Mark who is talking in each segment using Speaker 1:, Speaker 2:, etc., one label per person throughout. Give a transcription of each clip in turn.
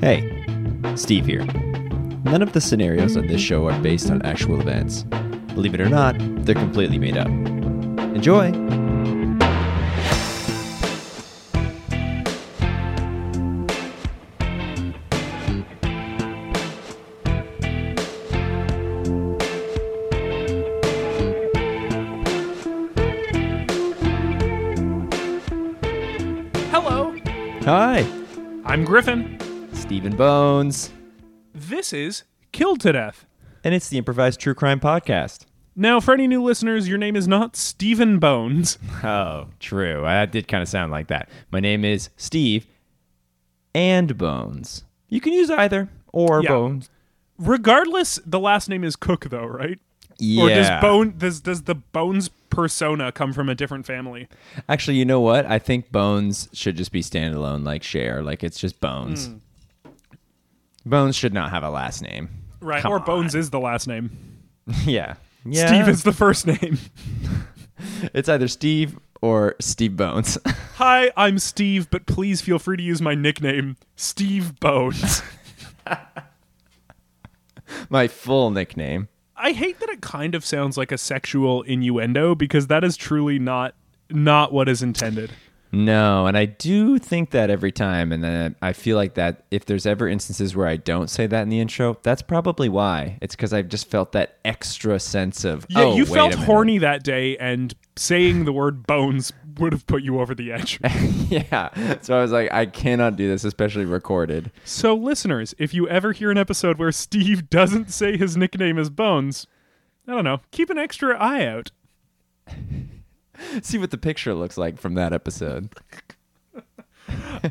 Speaker 1: Hey, Steve here. None of the scenarios on this show are based on actual events. Believe it or not, they're completely made up. Enjoy!
Speaker 2: Hello,
Speaker 1: Hi,
Speaker 2: I'm Griffin.
Speaker 1: Stephen Bones,
Speaker 2: This is Killed to Death.
Speaker 1: and it's the Improvised True Crime Podcast.
Speaker 2: Now, for any new listeners, your name is not Stephen Bones.
Speaker 1: Oh, true. That did kind of sound like that. My name is Steve and Bones. You can use either or
Speaker 2: Yeah.
Speaker 1: Bones.
Speaker 2: Regardless, the last name is Cook, though, right?
Speaker 1: Yeah.
Speaker 2: Or does Bone does does the Bones persona come from a different family?
Speaker 1: Actually, you know what? I think Bones should just be standalone, like Share. Like it's just Bones.
Speaker 2: Hmm.
Speaker 1: Bones should not have a last name.
Speaker 2: Right,
Speaker 1: Come
Speaker 2: or
Speaker 1: on.
Speaker 2: Bones is the last name.
Speaker 1: yeah. Yeah.
Speaker 2: Steve is the first name.
Speaker 1: It's either Steve or Steve Bones.
Speaker 2: Hi, I'm Steve, but please feel free to use my nickname, Steve Bones.
Speaker 1: My full nickname.
Speaker 2: I hate that it kind of sounds like a sexual innuendo because that is truly not not what is intended.
Speaker 1: No, and I do think that every time, and then I feel like that if there's ever instances where I don't say that in the intro, that's probably why. It's because I've just felt that extra sense of
Speaker 2: Yeah,
Speaker 1: oh,
Speaker 2: you
Speaker 1: wait
Speaker 2: felt
Speaker 1: a minute.
Speaker 2: horny that day, and saying the word bones would have put you over the edge.
Speaker 1: yeah, so I was like, I cannot do this, especially recorded.
Speaker 2: so, listeners, if you ever hear an episode where Steve doesn't say his nickname is Bones, I don't know, keep an extra eye out.
Speaker 1: See what the picture looks like from that episode.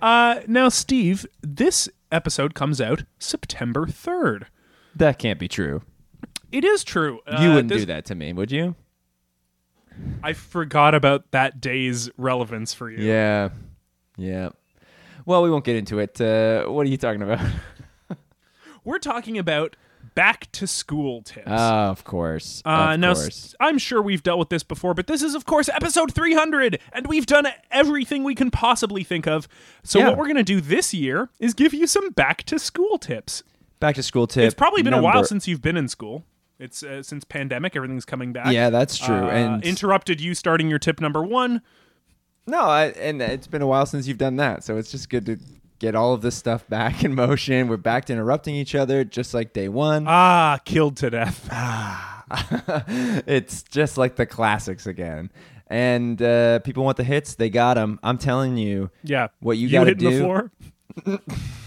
Speaker 2: Uh, now, Steve, this episode comes out September 3rd.
Speaker 1: That can't be true.
Speaker 2: It is true.
Speaker 1: You
Speaker 2: uh,
Speaker 1: wouldn't
Speaker 2: this-
Speaker 1: do that to me, would you?
Speaker 2: I forgot about that day's relevance for you.
Speaker 1: Yeah. Yeah. Well, we won't get into it. Uh, what are you talking about?
Speaker 2: We're talking about back to school tips.
Speaker 1: Ah, of course.
Speaker 2: Uh,
Speaker 1: of
Speaker 2: now,
Speaker 1: course.
Speaker 2: s- I'm sure we've dealt with this before, but this is, of course, episode 300, and we've done everything we can possibly think of. So,
Speaker 1: Yeah.
Speaker 2: what we're going to do this year is give you some back to school tips.
Speaker 1: Back to school tip.
Speaker 2: It's probably been a while
Speaker 1: number-
Speaker 2: since you've been in school. It's uh, since pandemic, everything's coming back.
Speaker 1: Yeah, that's true.
Speaker 2: Uh,
Speaker 1: and
Speaker 2: interrupted you starting your tip number one.
Speaker 1: no, I, and it's been a while since you've done that, so it's just good to get all of this stuff back in motion. We're back to interrupting each other, just like day one.
Speaker 2: Ah, killed to death.
Speaker 1: it's just like the classics again. And uh, people want the hits; they got them. I'm telling you.
Speaker 2: Yeah.
Speaker 1: What you
Speaker 2: you
Speaker 1: gotta
Speaker 2: hitting
Speaker 1: do-
Speaker 2: the floor?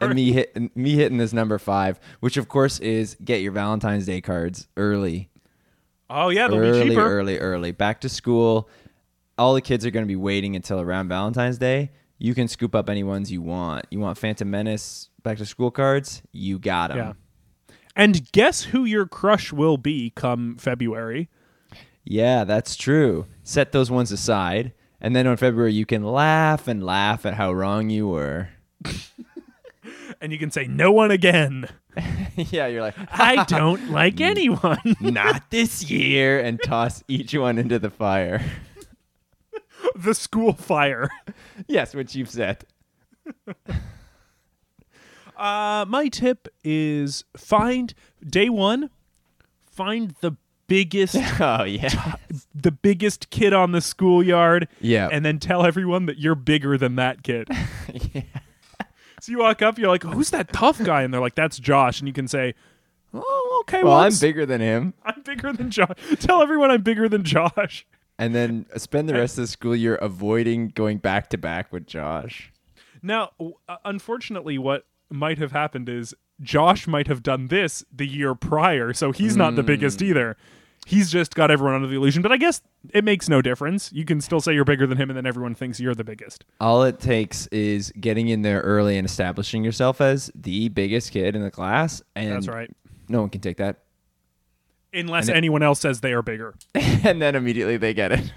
Speaker 1: and me hit and me hitting this number five, which of course is get your Valentine's Day cards early,
Speaker 2: Oh, yeah, they'll be
Speaker 1: early,
Speaker 2: cheaper.
Speaker 1: early, early. Back to school, all the kids are going to be waiting until around Valentine's Day. You can scoop up any ones you want. You want Phantom Menace back to school cards? You got them.
Speaker 2: Yeah. And guess who your crush will be come February?
Speaker 1: Yeah, that's true. Set those ones aside, and then on February you can laugh and laugh at how wrong you were.
Speaker 2: And you can say, no one again.
Speaker 1: yeah, you're like,
Speaker 2: I don't like anyone.
Speaker 1: not this year, and toss each one into the fire.
Speaker 2: the school fire.
Speaker 1: yes, which you've said.
Speaker 2: Uh, my tip is find day one, find the biggest,
Speaker 1: Oh yeah.
Speaker 2: the biggest kid on the schoolyard.
Speaker 1: Yeah.
Speaker 2: And then tell everyone that you're bigger than that kid. So you walk up, you're like, who's that tough guy? And they're like, that's Josh. And you can say, oh, okay.
Speaker 1: Well, I'm
Speaker 2: s-
Speaker 1: bigger than him.
Speaker 2: I'm bigger than Josh. Tell everyone I'm bigger than Josh.
Speaker 1: And then spend the rest of the school year avoiding going back to back with Josh.
Speaker 2: Now, w- uh, unfortunately, what might have happened is Josh might have done this the year prior, so he's not the biggest
Speaker 1: Hmm.
Speaker 2: either. He's just got everyone under the illusion, but I guess it makes no difference. You can still say you're bigger than him, and then everyone thinks you're the biggest.
Speaker 1: All it takes is getting in there early and establishing yourself as the biggest kid in the class. And
Speaker 2: That's right.
Speaker 1: No one can take that.
Speaker 2: Unless anyone else says they are bigger.
Speaker 1: and then immediately they get it.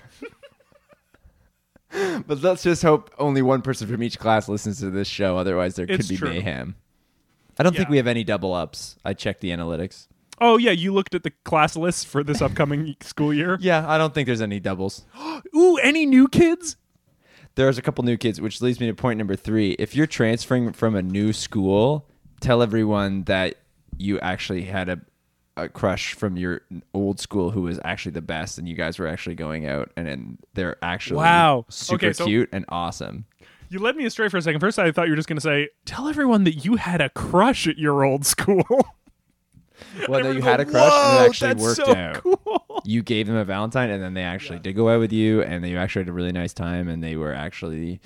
Speaker 1: but let's just hope only one person from each class listens to this show. Otherwise, there could
Speaker 2: It's
Speaker 1: be
Speaker 2: true.
Speaker 1: mayhem. I don't think
Speaker 2: Yeah.
Speaker 1: we have any double ups. I checked the analytics.
Speaker 2: Oh, yeah, you looked at the class list for this upcoming school year.
Speaker 1: Yeah, I don't think there's any doubles.
Speaker 2: Ooh, any new kids?
Speaker 1: there's a couple new kids, which leads me to point number three. If you're transferring from a new school, tell everyone that you actually had a, a crush from your old school who was actually the best, and you guys were actually going out, and, and they're actually
Speaker 2: Wow.
Speaker 1: super
Speaker 2: Okay, so-
Speaker 1: cute and awesome.
Speaker 2: You led me astray for a second. First, I thought you were just going to say, "Tell everyone that you had a crush at your old school."
Speaker 1: Well, no, you
Speaker 2: Everyone
Speaker 1: had a
Speaker 2: go,
Speaker 1: crush, and
Speaker 2: "Whoa,
Speaker 1: it actually
Speaker 2: that's
Speaker 1: worked
Speaker 2: so
Speaker 1: out.
Speaker 2: Cool.
Speaker 1: You gave them a Valentine, and then they actually did go out with you, and you actually had a really nice time, and they were actually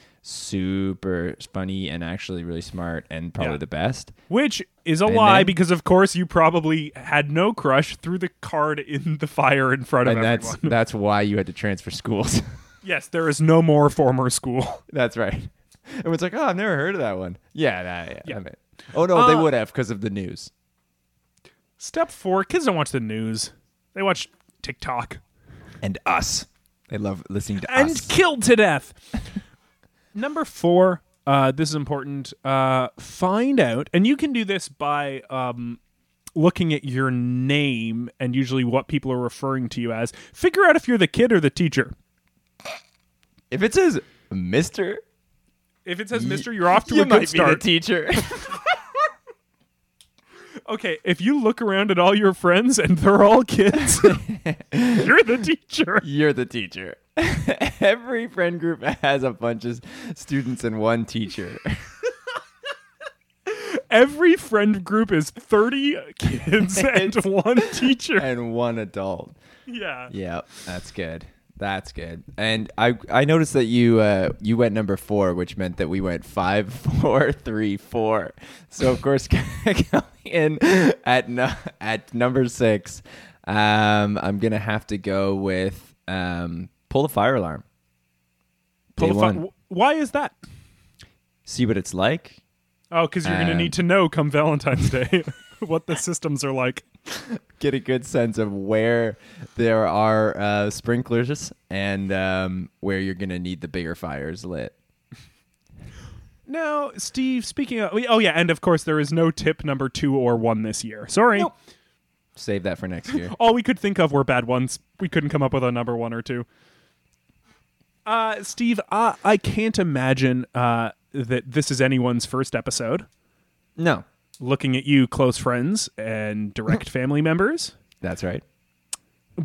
Speaker 1: super funny and actually really smart and probably
Speaker 2: Yeah.
Speaker 1: the best.
Speaker 2: Which is a lie
Speaker 1: then-
Speaker 2: because, of course, you probably had no crush. Threw the card in the fire in front of
Speaker 1: And that's
Speaker 2: everyone.
Speaker 1: that's why you had to transfer schools.
Speaker 2: Yes, there is no more former school.
Speaker 1: That's right. And it's like, oh, I've never heard of that one. Yeah, that, yeah.
Speaker 2: Yeah.
Speaker 1: I mean- oh no, they
Speaker 2: Uh,
Speaker 1: would have because of the news.
Speaker 2: Step four: kids don't watch the news; they watch TikTok
Speaker 1: And us, they love listening to
Speaker 2: and
Speaker 1: us.
Speaker 2: killed to death. Number four. Uh, this is important. Uh, find out, and you can do this by um, looking at your name and usually what people are referring to you as. Figure out if you're the kid or the teacher.
Speaker 1: If it says Mister,
Speaker 2: If it says Mister, you're off to
Speaker 1: you
Speaker 2: a
Speaker 1: might
Speaker 2: good start.
Speaker 1: be the teacher.
Speaker 2: okay, if you look around at all your friends and they're all kids, you're the teacher.
Speaker 1: You're the teacher. Every friend group has a bunch of students and one teacher.
Speaker 2: Every friend group is 30 kids and one teacher.
Speaker 1: and one adult.
Speaker 2: Uh, Yeah.
Speaker 1: Yeah, that's good. That's good. And I I noticed that you uh, you went number four, which meant that we went five, four, three, four. So of course, coming in at nu- at number six, um, I'm gonna have to go with um, pull the fire alarm. Day
Speaker 2: Pull the fi-
Speaker 1: one.
Speaker 2: Why is that?
Speaker 1: See what it's like.
Speaker 2: Oh, because you're going to
Speaker 1: Um,
Speaker 2: need to know come Valentine's Day what the systems are like.
Speaker 1: Get a good sense of where there are uh, sprinklers and um, where you're gonna need the bigger fires lit.
Speaker 2: Now, Steve, speaking of. Oh, yeah. And of course, there is no tip number two or one this year. Sorry.
Speaker 1: Nope. Save that for next year.
Speaker 2: All we could think of were bad ones. We couldn't come up with a number one or two. Uh, Steve, I, I can't imagine uh, that this is anyone's first episode.
Speaker 1: No,
Speaker 2: Looking at you, close friends and direct family members.
Speaker 1: that's right.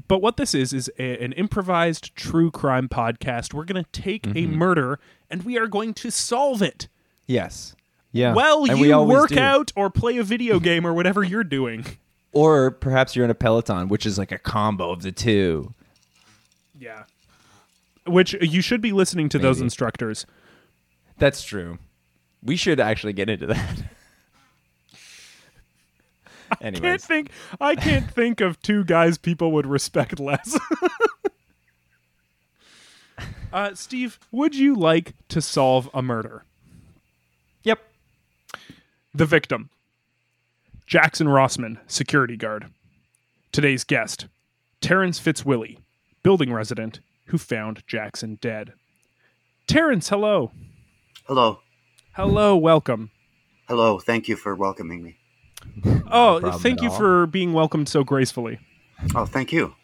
Speaker 2: But what this is is a, an improvised true crime podcast. We're going to take a
Speaker 1: Mm-hmm.
Speaker 2: murder and we are going to solve it.
Speaker 1: Yes. Yeah.
Speaker 2: Well,
Speaker 1: And we
Speaker 2: you
Speaker 1: always
Speaker 2: work
Speaker 1: do.
Speaker 2: out or play a video game or whatever you're doing.
Speaker 1: Or perhaps you're in a Peloton, which is like a combo of the two.
Speaker 2: Yeah. Which uh, you should be listening to those
Speaker 1: Maybe.
Speaker 2: instructors.
Speaker 1: That's true. We should actually get into that.
Speaker 2: Can't
Speaker 1: Anyways,
Speaker 2: think I can't think of two guys people would respect less. uh, Steve, would you like to solve a murder?
Speaker 1: yep.
Speaker 2: The victim Jackson Rossman, security guard. Today's guest Terrence Fitzwillie, building resident who found Jackson dead. Terrence, hello.
Speaker 3: Hello.
Speaker 2: Hello, welcome.
Speaker 3: Hello. Thank you for welcoming me.
Speaker 2: Oh,
Speaker 1: problem
Speaker 2: thank
Speaker 1: at
Speaker 2: you
Speaker 1: all.
Speaker 2: for being welcomed so gracefully.
Speaker 3: Oh, thank you.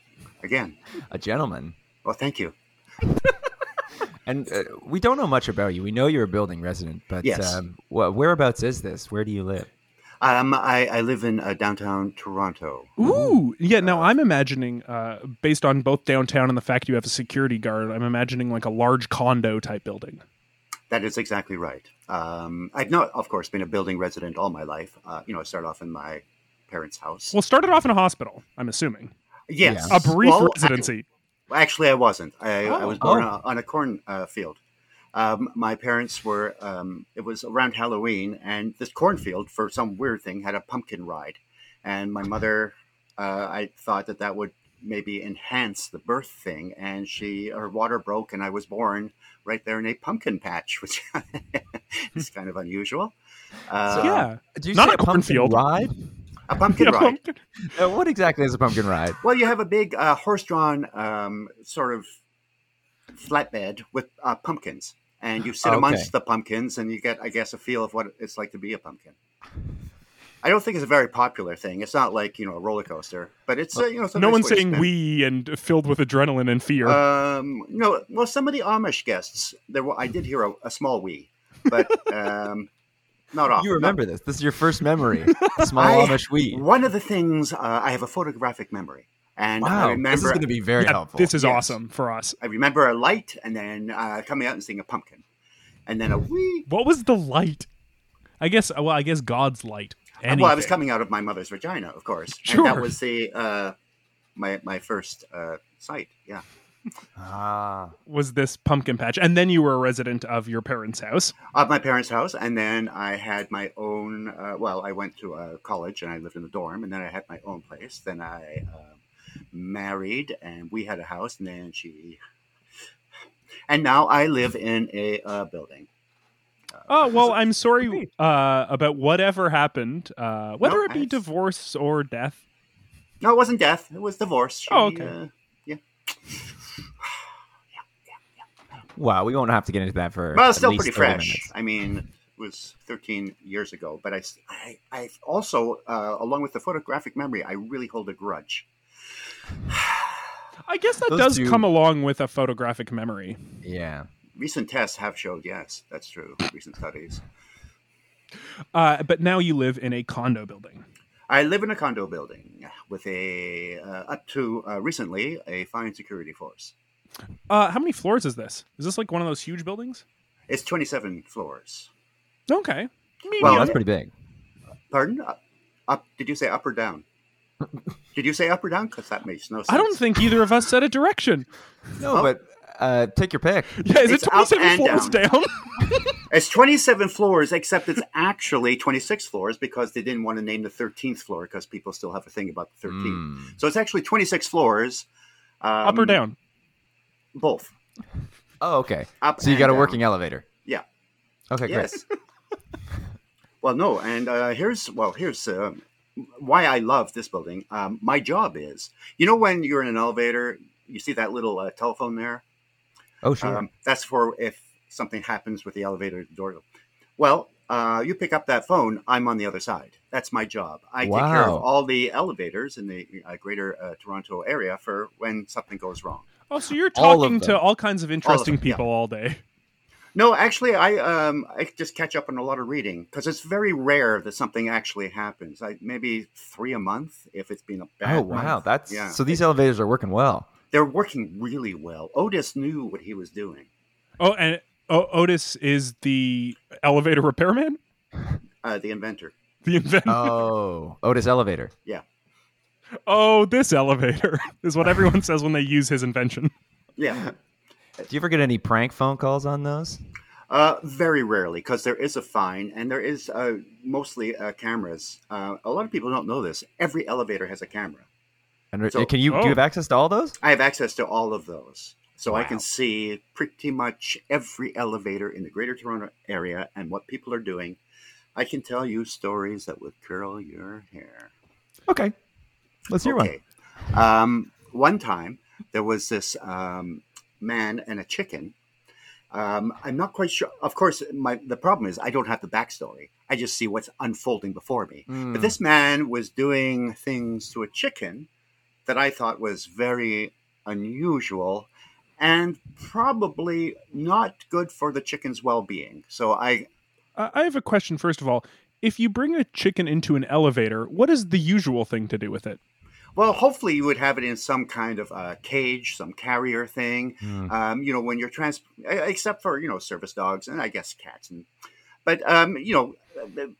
Speaker 3: Again.
Speaker 1: A gentleman.
Speaker 3: Well, thank you.
Speaker 1: And uh, we don't know much about you. We know you're a building resident, but
Speaker 3: Yes.
Speaker 1: um, wh- whereabouts is this? Where do you live?
Speaker 3: Um, I, I live in uh, downtown Toronto.
Speaker 2: Ooh, yeah. Now I'm imagining, uh, based on both downtown and the fact you have a security guard, I'm imagining like a large condo type building.
Speaker 3: That is exactly right. Um, I've not, of course, been a building resident all my life. Uh, you know, I started off in my parents' house.
Speaker 2: Well, started off in a hospital, I'm assuming.
Speaker 3: yes.
Speaker 2: A brief
Speaker 3: Well,
Speaker 2: residency.
Speaker 3: I- actually, I wasn't. I, I
Speaker 2: Oh.
Speaker 3: was born
Speaker 1: Oh.
Speaker 3: on a- on a corn uh, field. Um, my parents were, um, it was around Halloween, and this cornfield, for some weird thing, had a pumpkin ride. And my mother, uh, I thought that that would maybe enhance the birth thing. And she, her water broke, and I was born right there in a pumpkin patch, which is kind of unusual. Uh,
Speaker 2: yeah.
Speaker 1: Do you say
Speaker 2: Not a
Speaker 1: a pumpkin
Speaker 2: cornfield.
Speaker 1: ride?
Speaker 3: A pumpkin
Speaker 2: Yeah,
Speaker 3: ride.
Speaker 2: pumpkin-
Speaker 1: Uh, what exactly is a pumpkin ride?
Speaker 3: Well, you have a big uh, horse-drawn um, sort of flatbed with uh, pumpkins, and you sit
Speaker 1: Oh, Okay.
Speaker 3: amongst the pumpkins, and you get, I guess, a feel of what it's like to be a pumpkin. I don't think it's a very popular thing. It's not like you know a roller coaster, but it's uh, you know. it's a
Speaker 2: No
Speaker 3: nice
Speaker 2: one's
Speaker 3: way to
Speaker 2: saying
Speaker 3: spend-
Speaker 2: we and filled with adrenaline and fear.
Speaker 3: Um, no, well, some of the Amish guests there. Were, I did hear a, a small wee, but um, not often.
Speaker 1: You remember this. This is your first memory. Small
Speaker 3: I-
Speaker 1: Amish wheat.
Speaker 3: One of the things uh, I have a photographic memory, and
Speaker 1: Wow. this
Speaker 3: I
Speaker 1: is
Speaker 3: remember
Speaker 1: going to be very
Speaker 2: Yeah,
Speaker 1: helpful.
Speaker 2: this is
Speaker 3: Yes.
Speaker 2: awesome for us.
Speaker 3: I remember a light, and then uh, coming out and seeing a pumpkin, and then a wee.
Speaker 2: What was the light? I guess. uh, Well, I guess God's light. Anything.
Speaker 3: uh, Well, I was coming out of my mother's vagina, of course, and
Speaker 2: Sure.
Speaker 3: that was the uh, my my first uh, sight. Yeah,
Speaker 1: ah.
Speaker 2: Was this pumpkin patch? And then you were a resident of your parents' house.
Speaker 3: of my parents' house, and then I had my own. Uh, well, I went to uh, college and I lived in the dorm, and then I had my own place. Then I uh, married, and we had a house, and then she. And now I live in a uh, building.
Speaker 2: Oh well, I'm sorry uh, about whatever happened, uh, whether it be
Speaker 3: it's-
Speaker 2: divorce or death.
Speaker 3: No, it wasn't death. It was divorce. She,
Speaker 2: Oh, okay.
Speaker 3: Uh,
Speaker 1: Wow. We won't have to get into that for.
Speaker 3: but it's still
Speaker 1: at least 30
Speaker 3: pretty fresh.
Speaker 1: minutes.
Speaker 3: I mean, it was 13 years ago. But I, s- I, I also, uh, along with the photographic memory, I really hold a grudge.
Speaker 2: I guess that
Speaker 1: Those
Speaker 2: does
Speaker 1: two-
Speaker 2: come along with a photographic memory.
Speaker 1: Yeah.
Speaker 3: Recent tests have showed, yes, that's true. Recent studies.
Speaker 2: Uh, but now you live in a condo building.
Speaker 3: I live in a condo building with a, uh, up to uh, recently, a fine security force.
Speaker 2: Uh, how many floors is this? Is this like one of those huge buildings?
Speaker 3: It's 27 floors.
Speaker 2: Okay.
Speaker 3: Well,
Speaker 1: Well, that's pretty big.
Speaker 3: Pardon? Up, up? Did you say up or down? Did you say up or down? Because that makes no sense.
Speaker 2: I don't think either of us said a direction.
Speaker 1: No, but uh, take your pick.
Speaker 2: Yeah, is
Speaker 3: It's
Speaker 2: it
Speaker 3: up
Speaker 2: 27
Speaker 3: and
Speaker 2: floors down?
Speaker 3: down. It's 27 floors, except it's actually 26 floors because they didn't want to name the 13th floor because people still have a thing about the 13th.
Speaker 1: Mm.
Speaker 3: So it's actually 26 floors. Um,
Speaker 2: Up or down?
Speaker 3: Both.
Speaker 1: Oh, okay.
Speaker 3: Up
Speaker 1: So you
Speaker 3: and
Speaker 1: got a
Speaker 3: down.
Speaker 1: working elevator.
Speaker 3: Yeah.
Speaker 1: Okay, great.
Speaker 3: Yes. well, no, and uh, here's well, here's um why I love this building. Um, my job is, you know, when you're in an elevator, you see that little uh, telephone there.
Speaker 1: Oh, sure.
Speaker 3: Um, that's for if something happens with the elevator door. Well, uh, you pick up that phone. I'm on the other side. That's my job. I take care
Speaker 1: Wow.
Speaker 3: of all the elevators in the uh, greater uh, Toronto area for when something goes wrong.
Speaker 2: Oh, so you're
Speaker 1: All of
Speaker 2: talking to
Speaker 1: them.
Speaker 2: all kinds of interesting
Speaker 3: them, yeah.
Speaker 2: people all day.
Speaker 3: No, actually, I um, I just catch up on a lot of reading because it's very rare that something actually happens. I maybe three a month if it's been a bad.
Speaker 1: oh, wow.
Speaker 3: month.
Speaker 1: That's
Speaker 3: yeah.
Speaker 1: so these elevators are working well.
Speaker 3: They're working really well. Otis knew what he was doing.
Speaker 2: Oh, and oh, Otis is the elevator repairman,
Speaker 3: Uh, the inventor.
Speaker 2: the inventor.
Speaker 1: Oh, Otis elevator.
Speaker 2: oh, this elevator is what everyone says when they use his invention.
Speaker 3: Yeah,
Speaker 1: Do you ever get any prank phone calls on those?
Speaker 3: uh, very rarely because there is a fine and there is uh, mostly uh, cameras. Uh, a lot of people don't know this. Every elevator has a camera.
Speaker 1: And uh,
Speaker 3: So-
Speaker 1: can you do you
Speaker 2: Oh.
Speaker 1: have access to all those?
Speaker 3: I have access to all of those. So I
Speaker 1: Wow.
Speaker 3: can see pretty much every elevator in the greater Toronto area and what people are doing. I can tell you stories that would curl your hair.
Speaker 1: Okay, let's hear one.
Speaker 3: okay. Um, one time there was this um, man and a chicken. Um, I'm not quite sure. Of course, my the problem is I don't have the backstory. I just see what's unfolding before me. But
Speaker 1: Mm.
Speaker 3: this man was doing things to a chicken that I thought was very unusual and probably not good for the chicken's well being. So I,
Speaker 2: Uh, I have a question, first of all. If you bring a chicken into an elevator, what is the usual thing to do with it?
Speaker 3: well, hopefully you would have it in some kind of uh, cage, some carrier thing.
Speaker 1: Mm.
Speaker 3: Um, you know, when you're trans, except for, you know, service dogs and I guess cats. And, but, um, you know, the-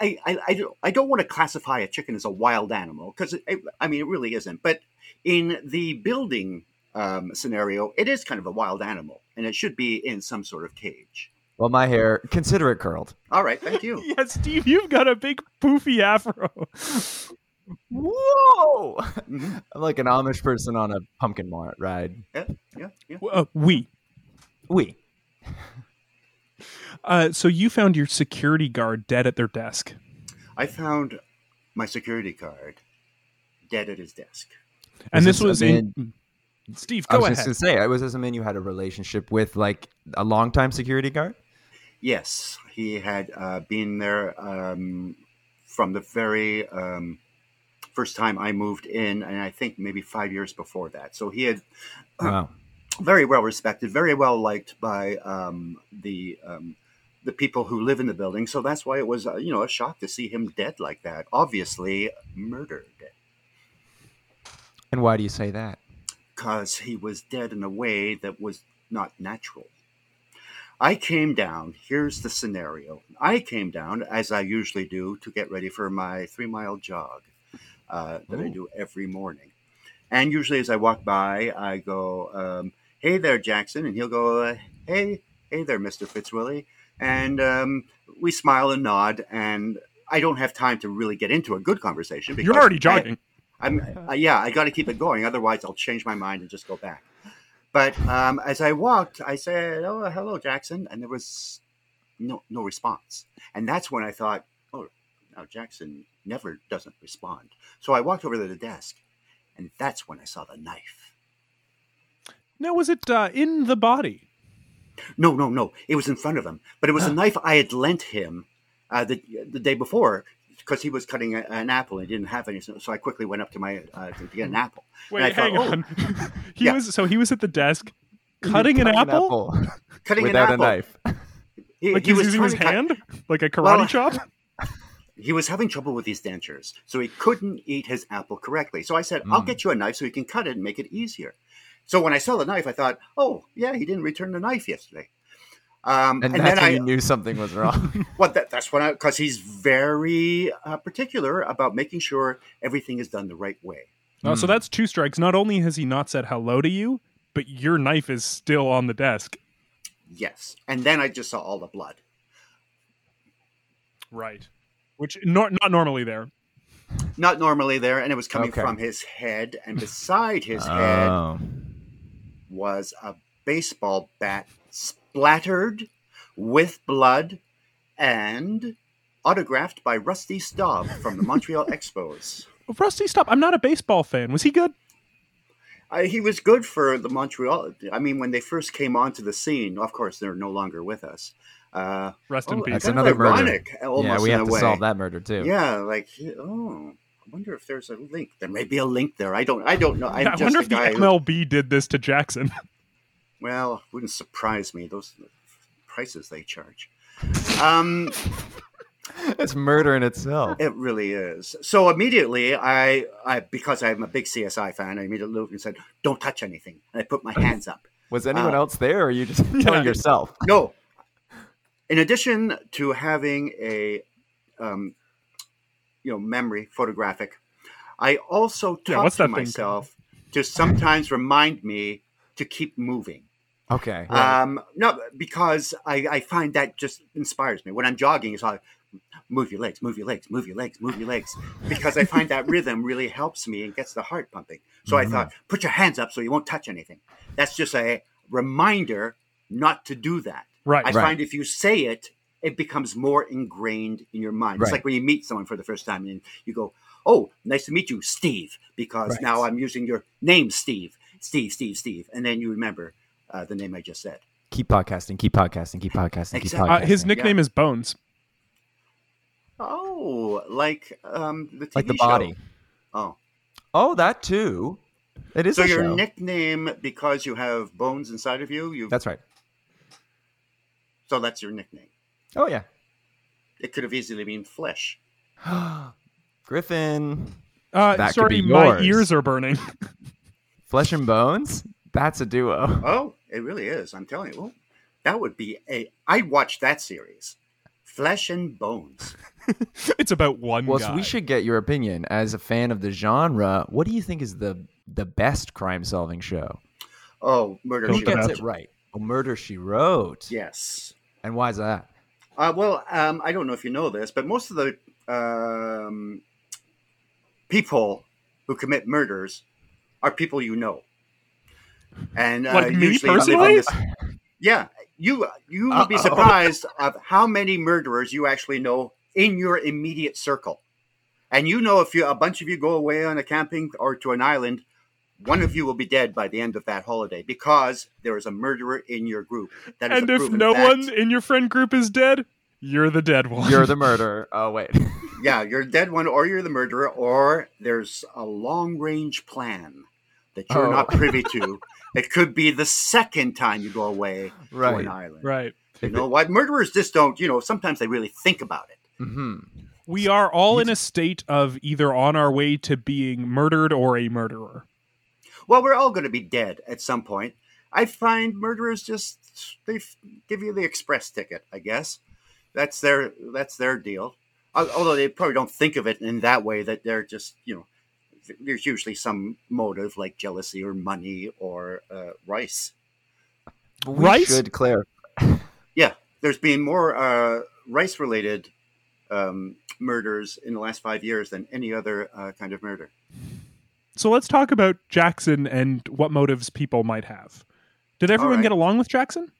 Speaker 3: I, I, I, don't- I don't want to classify a chicken as a wild animal because I mean it really isn't. But in the building um, scenario, it is kind of a wild animal, and it should be in some sort of cage.
Speaker 1: Well, my hair, consider it curled.
Speaker 3: All right, thank you.
Speaker 2: Yeah, Steve, you've got a big poofy afro.
Speaker 1: Whoa!
Speaker 3: Mhm.
Speaker 1: I'm like an Amish person on a pumpkin mart ride.
Speaker 3: Yeah, yeah, yeah.
Speaker 2: Uh, we.
Speaker 1: We.
Speaker 2: Uh, so you found your security guard dead at their desk.
Speaker 3: I found my security card dead at his desk.
Speaker 2: And
Speaker 1: This is
Speaker 2: this, was
Speaker 1: a
Speaker 2: in. Steve,
Speaker 1: I
Speaker 2: go
Speaker 1: was
Speaker 2: ahead.
Speaker 1: just gonna say, I was as a man you had a relationship with like a longtime security guard.
Speaker 3: Yes, he had uh, been there um, from the very um, first time I moved in, and I think maybe five years before that. So he had Uh.
Speaker 1: Wow.
Speaker 3: very well respected, very well liked by um, the um, the people who live in the building. So that's why it was uh, you know a shock to see him dead like that. Obviously murdered
Speaker 1: And why do you say that?
Speaker 3: because he was dead in a way that was not natural. I came down. Here's the scenario. I came down as I usually do to get ready for my three mile jog uh, that I
Speaker 1: Ooh.
Speaker 3: do every morning. And usually, as I walk by, I go, um, "Hey there, Jackson," and he'll go, uh, "Hey, hey there, Mister Fitzwillie," and um, we smile and nod. And I don't have time to really get into a good conversation. Because
Speaker 2: You're already
Speaker 3: I-
Speaker 2: jogging.
Speaker 3: I'm uh, yeah, I got to keep it going. Otherwise, I'll change my mind and just go back. But um, as I walked, I said, "Oh, hello, Jackson," and there was no no response. And that's when I thought, "Oh, now Jackson never doesn't respond." So I walked over to the desk, and that's when I saw the knife.
Speaker 2: Now, was it uh, in the body?
Speaker 3: No, no, no. It was in front of him, but it was a knife I had lent him uh, the the day before because he was cutting a, an apple and he didn't have any. So so I quickly went up to my uh, to get
Speaker 2: Hmm.
Speaker 3: an apple. And I
Speaker 2: Wait,
Speaker 3: thought,
Speaker 2: hang
Speaker 3: "Oh,
Speaker 2: on. he
Speaker 3: Yeah.
Speaker 2: was so he was at the desk cutting an apple.
Speaker 3: cutting
Speaker 1: without
Speaker 3: an apple.
Speaker 1: a knife.
Speaker 3: He,
Speaker 2: Like
Speaker 3: he
Speaker 2: he was using
Speaker 3: trying
Speaker 2: his
Speaker 3: to cut-
Speaker 2: hand, like a karate
Speaker 3: Well-
Speaker 2: chop.
Speaker 3: he was having trouble with these dentures, so he couldn't eat his apple correctly. So I said, I'll
Speaker 1: Mm.
Speaker 3: get you a knife so you can cut it and make it easier. So when I saw the knife, I thought, oh, yeah, he didn't return the knife yesterday. Um,
Speaker 1: And,
Speaker 3: and,
Speaker 1: that's
Speaker 3: then
Speaker 1: when
Speaker 3: I,
Speaker 1: you knew something was wrong.
Speaker 3: well, that, that's when I, because he's very uh, particular about making sure everything is done the right way.
Speaker 2: Oh, so that's two strikes. Not only has he not said hello to you, but your knife is still on the desk.
Speaker 3: Yes. And then I just saw all the blood.
Speaker 2: Right. Which nor- not normally there.
Speaker 3: Not normally there, and it was coming
Speaker 1: Okay.
Speaker 3: from his head, and beside his head
Speaker 1: oh.
Speaker 3: was a baseball bat splattered with blood and autographed by Rusty Staub from the Montreal Expos.
Speaker 2: Rusty, stop. I'm not a baseball fan. Was he good?
Speaker 3: Uh, he was good for the Montreal. I mean, when they first came onto the scene, of course, they're no longer with us. Uh,
Speaker 2: Rest in
Speaker 3: oh,
Speaker 2: peace.
Speaker 1: That's
Speaker 3: kind of
Speaker 1: another murder.
Speaker 3: ironic, almost
Speaker 1: yeah, we
Speaker 3: in
Speaker 1: have
Speaker 3: a
Speaker 1: to
Speaker 3: way.
Speaker 1: solve that murder too.
Speaker 3: Yeah, like oh, I wonder if there's a link. There may be a link there. I don't. I don't know. I'm
Speaker 2: Yeah, I
Speaker 3: just
Speaker 2: wonder
Speaker 3: a
Speaker 2: if the
Speaker 3: guy who-
Speaker 2: MLB did this to Jackson.
Speaker 3: Well, wouldn't surprise me. Those prices they charge. Um,
Speaker 1: It's murder in itself.
Speaker 3: It really is. So immediately, I, I because I'm a big CSI fan, I immediately looked and said, "Don't touch anything." And I put my hands up.
Speaker 1: Was anyone
Speaker 3: Uh,
Speaker 1: else there, or are you just telling yourself?
Speaker 3: No. In addition to having a, um, you know, memory photographic, I also talk
Speaker 2: Yeah, what's
Speaker 3: to
Speaker 2: that thing
Speaker 3: myself to sometimes remind me to keep moving.
Speaker 1: Okay.
Speaker 3: Um, no, because I, I find that just inspires me. When I'm jogging, it's like, move your legs, move your legs, move your legs, move your legs, because I find that rhythm really helps me and gets the heart pumping. So I thought, put your hands up so you won't touch anything. That's just a reminder not to do that.
Speaker 2: Right.
Speaker 3: I
Speaker 1: Right.
Speaker 3: find if you say it, it becomes more ingrained in your mind. It's
Speaker 1: Right.
Speaker 3: like when you meet someone for the first time and you go, "Oh, nice to meet you, Steve," because
Speaker 1: Right.
Speaker 3: now I'm using your name, Steve, Steve, Steve, Steve, and then you remember uh, the name I just said.
Speaker 1: keep podcasting. Keep podcasting. Keep podcasting. Keep
Speaker 3: Exactly.
Speaker 1: podcasting.
Speaker 2: Uh, his nickname is Bones.
Speaker 3: Oh, like um, the TV
Speaker 1: like the
Speaker 3: show.
Speaker 1: body.
Speaker 3: Oh,
Speaker 1: Oh, that too. It is
Speaker 3: so
Speaker 1: a
Speaker 3: your
Speaker 1: show.
Speaker 3: nickname because you have bones inside of you. You
Speaker 1: That's right.
Speaker 3: so that's your nickname.
Speaker 1: Oh yeah.
Speaker 3: It could have easily been flesh.
Speaker 1: Griffin,
Speaker 2: Uh,
Speaker 1: That could
Speaker 2: sorry,
Speaker 1: be
Speaker 2: my
Speaker 1: yours.
Speaker 2: ears are burning.
Speaker 1: flesh and bones. That's a duo.
Speaker 3: Oh, it really is. I'm telling you, Oh, that would be a. I watched that series, Flesh and Bones.
Speaker 2: it's about one
Speaker 1: Well, so
Speaker 2: guy.
Speaker 1: we should get your opinion as a fan of the genre. What do you think is the the best crime solving show?
Speaker 3: Oh, murder.
Speaker 2: Don't
Speaker 1: Who
Speaker 3: She
Speaker 1: gets
Speaker 3: Wrote.
Speaker 1: it right? Oh, Murder She Wrote.
Speaker 3: Yes.
Speaker 1: And why is that?
Speaker 3: Uh, well, um, I don't know if you know this, but most of the um, people who commit murders are people you know, and uh,
Speaker 2: Like me
Speaker 3: usually live on
Speaker 2: personally? Uh, oh.
Speaker 3: this- Yeah, you you would be
Speaker 1: Uh-oh.
Speaker 3: surprised of how many murderers you actually know in your immediate circle, and you know if you a bunch of you go away on a camping or to an island. One of you will be dead by the end of that holiday because there is a murderer in your group. That is
Speaker 2: and
Speaker 3: a
Speaker 2: if
Speaker 3: proven
Speaker 2: no
Speaker 3: fact.
Speaker 2: one in your friend group is dead, you're the dead one.
Speaker 1: You're the murderer. Oh wait.
Speaker 3: yeah, you're the dead one, or you're the murderer, or there's a long range plan that you're
Speaker 1: Oh.
Speaker 3: not privy to. It could be the second time you go away to
Speaker 1: Right.
Speaker 3: an island.
Speaker 2: Right.
Speaker 3: You know why murderers just don't. You know, sometimes they really think about it.
Speaker 1: hmm
Speaker 2: We are all in a state of either on our way to being murdered or a murderer.
Speaker 3: Well, we're all going to be dead at some point. I find murderers just they f- give you the express ticket. I guess that's their that's their deal. Al- Although they probably don't think of it in that way. That they're just you know th- there's usually some motive like jealousy or money or uh, rice.
Speaker 1: We
Speaker 2: Right?
Speaker 1: should clarify.
Speaker 3: There's been more uh, rice related um, murders in the last five years than any other uh, kind of murder.
Speaker 2: So let's talk about Jackson and what motives people might have. Did everyone
Speaker 3: right.
Speaker 2: get along with Jackson?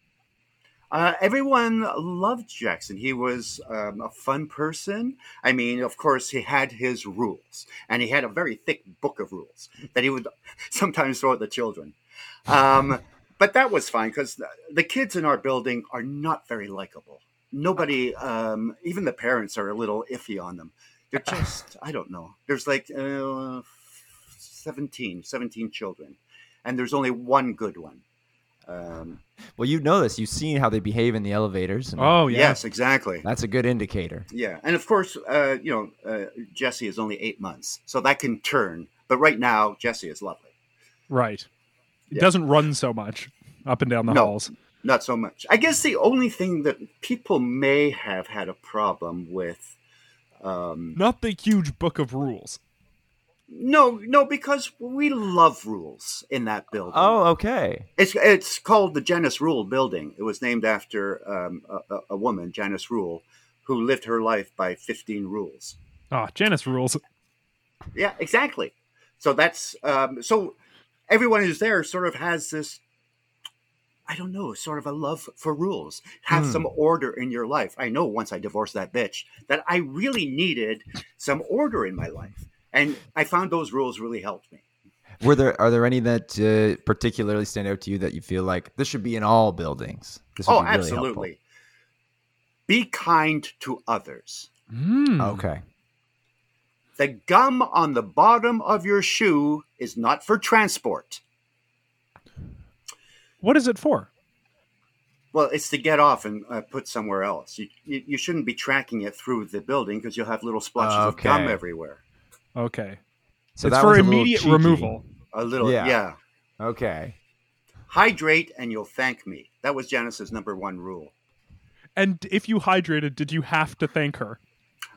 Speaker 3: Uh, everyone loved Jackson. He was um, a fun person. I mean, of course, he had his rules, and he had a very thick book of rules that he would sometimes throw at the children. Um, but that was fine because the kids in our building are not very likable. Nobody, um, even the parents, are a little iffy on them. They're just, I don't know. There's like uh, 17, 17 children, and there's only one good one. Um,
Speaker 1: Well, you know this. You've seen how they behave in the elevators. And
Speaker 2: Oh yes.
Speaker 3: Yes, exactly.
Speaker 1: That's a good indicator.
Speaker 3: Yeah, and of course, uh, you know, uh, Jesse is only eight months, so that can turn. But right now, Jesse is lovely.
Speaker 2: Right. It
Speaker 3: Yeah.
Speaker 2: doesn't run so much up and down the
Speaker 3: No.
Speaker 2: halls.
Speaker 3: Not so much. I guess the only thing that people may have had a problem with, um,
Speaker 2: Not the huge book of rules.
Speaker 3: no, no, because we love rules in that building.
Speaker 1: Oh, okay.
Speaker 3: it's it's called the Janice Rule Building. It was named after um, a, a- a woman, Janice Rule, who lived her life by fifteen rules.
Speaker 2: Ah, Janice rules.
Speaker 3: Yeah, exactly. So that's um, so everyone who's there sort of has this. I don't know, sort of a love for rules. Have
Speaker 1: Hmm.
Speaker 3: some order in your life. I know once I divorced that bitch that I really needed some order in my life, and I found those rules really helped me.
Speaker 1: Were there are there any that uh, particularly stand out to you that you feel like this should be in all buildings? This would
Speaker 3: oh,
Speaker 1: be really helpful?
Speaker 3: absolutely. Be kind to others.
Speaker 2: Mm.
Speaker 1: Okay.
Speaker 3: The gum on the bottom of your shoe is not for transport.
Speaker 2: What is it for?
Speaker 3: Well, it's to get off and uh, put somewhere else. You, you you shouldn't be tracking it through the building because you'll have little splashes of
Speaker 1: Okay.
Speaker 3: gum everywhere.
Speaker 2: Okay.
Speaker 1: So
Speaker 2: it's
Speaker 1: that
Speaker 2: for
Speaker 1: was a little
Speaker 2: immediate
Speaker 1: cheeky.
Speaker 2: removal.
Speaker 3: A little,
Speaker 1: Yeah.
Speaker 3: yeah.
Speaker 1: Okay.
Speaker 3: Hydrate and you'll thank me. That was Janice's number one rule.
Speaker 2: And if you hydrated, did you have to thank her?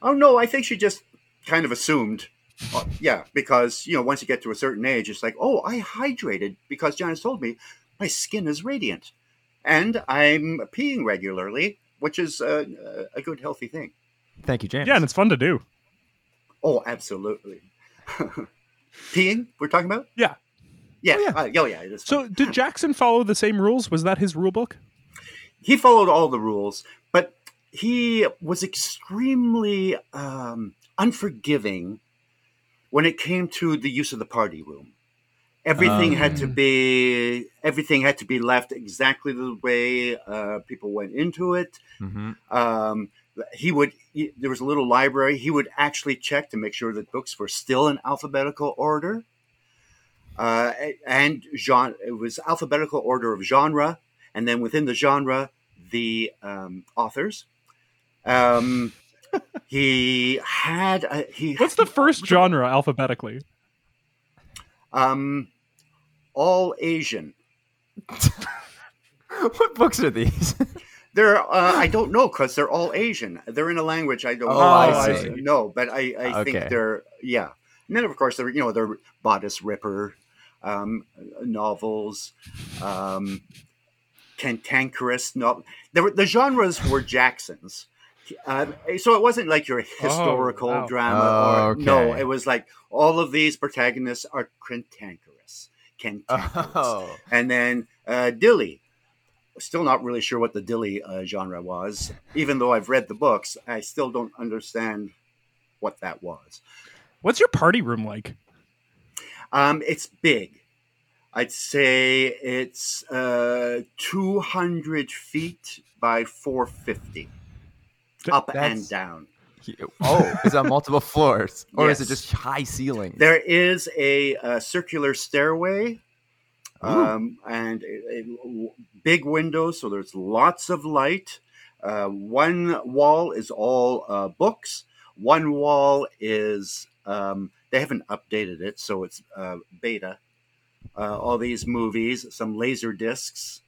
Speaker 3: Oh no, I think she just kind of assumed. uh, yeah, because you know, once you get to a certain age, it's like, oh, I hydrated because Janice told me my skin is radiant, and I'm peeing regularly, which is uh, a good healthy thing.
Speaker 1: Thank you, James.
Speaker 2: Yeah, and it's fun to do.
Speaker 3: Oh, absolutely. Peeing, we're talking about?
Speaker 2: Yeah.
Speaker 3: Yeah.
Speaker 1: Oh,
Speaker 3: Oh,
Speaker 1: yeah.
Speaker 3: yeah. oh, yeah it is
Speaker 2: So
Speaker 3: fun.
Speaker 2: did Jackson follow the same rules? Was that his rule book?
Speaker 3: he followed all the rules, but he was extremely um, unforgiving when it came to the use of the party room. Everything had to
Speaker 2: Um.
Speaker 3: be everything had to be left exactly the way uh, people went into it.
Speaker 1: hmm
Speaker 3: um, he would he, there was a little library he would actually check to make sure that books were still in alphabetical order uh, and genre it was alphabetical order of genre and then within the genre the um, authors um, he had a, he
Speaker 2: What's the first genre alphabetically?
Speaker 3: um, all asian
Speaker 1: what books are these?
Speaker 3: They're uh, I don't know because they're all Asian. They're in a language I don't
Speaker 1: Oh,
Speaker 3: know.
Speaker 2: I see.
Speaker 3: No, but I, I
Speaker 1: Okay.
Speaker 3: think they're yeah. And then of course they're you know they're bodice ripper um, novels, um, cantankerous novel. The, the genres were Jackson's. Um, so it wasn't like your historical
Speaker 2: wow.
Speaker 3: drama.
Speaker 1: Oh,
Speaker 3: or, No,
Speaker 1: okay.
Speaker 3: it was like all of these protagonists are cantankerous, cantankerous,
Speaker 1: oh.
Speaker 3: and then uh, Dilly. Still not really sure what the Dilly uh, genre was, even though I've read the books. I still don't understand what that was.
Speaker 2: What's your party room like?
Speaker 3: Um, it's big. I'd say it's uh, 200 feet by 450, up
Speaker 1: that's-
Speaker 3: and down.
Speaker 1: Oh, is that multiple floors, or is it
Speaker 3: Yes.
Speaker 1: just high ceilings?
Speaker 3: There is a, uh circular stairway um, and a, a big windows, so there's lots of light. Uh, one wall is all uh, books. One wall is um, they haven't updated it, so it's uh, beta. Uh, all these movies, some laser discs,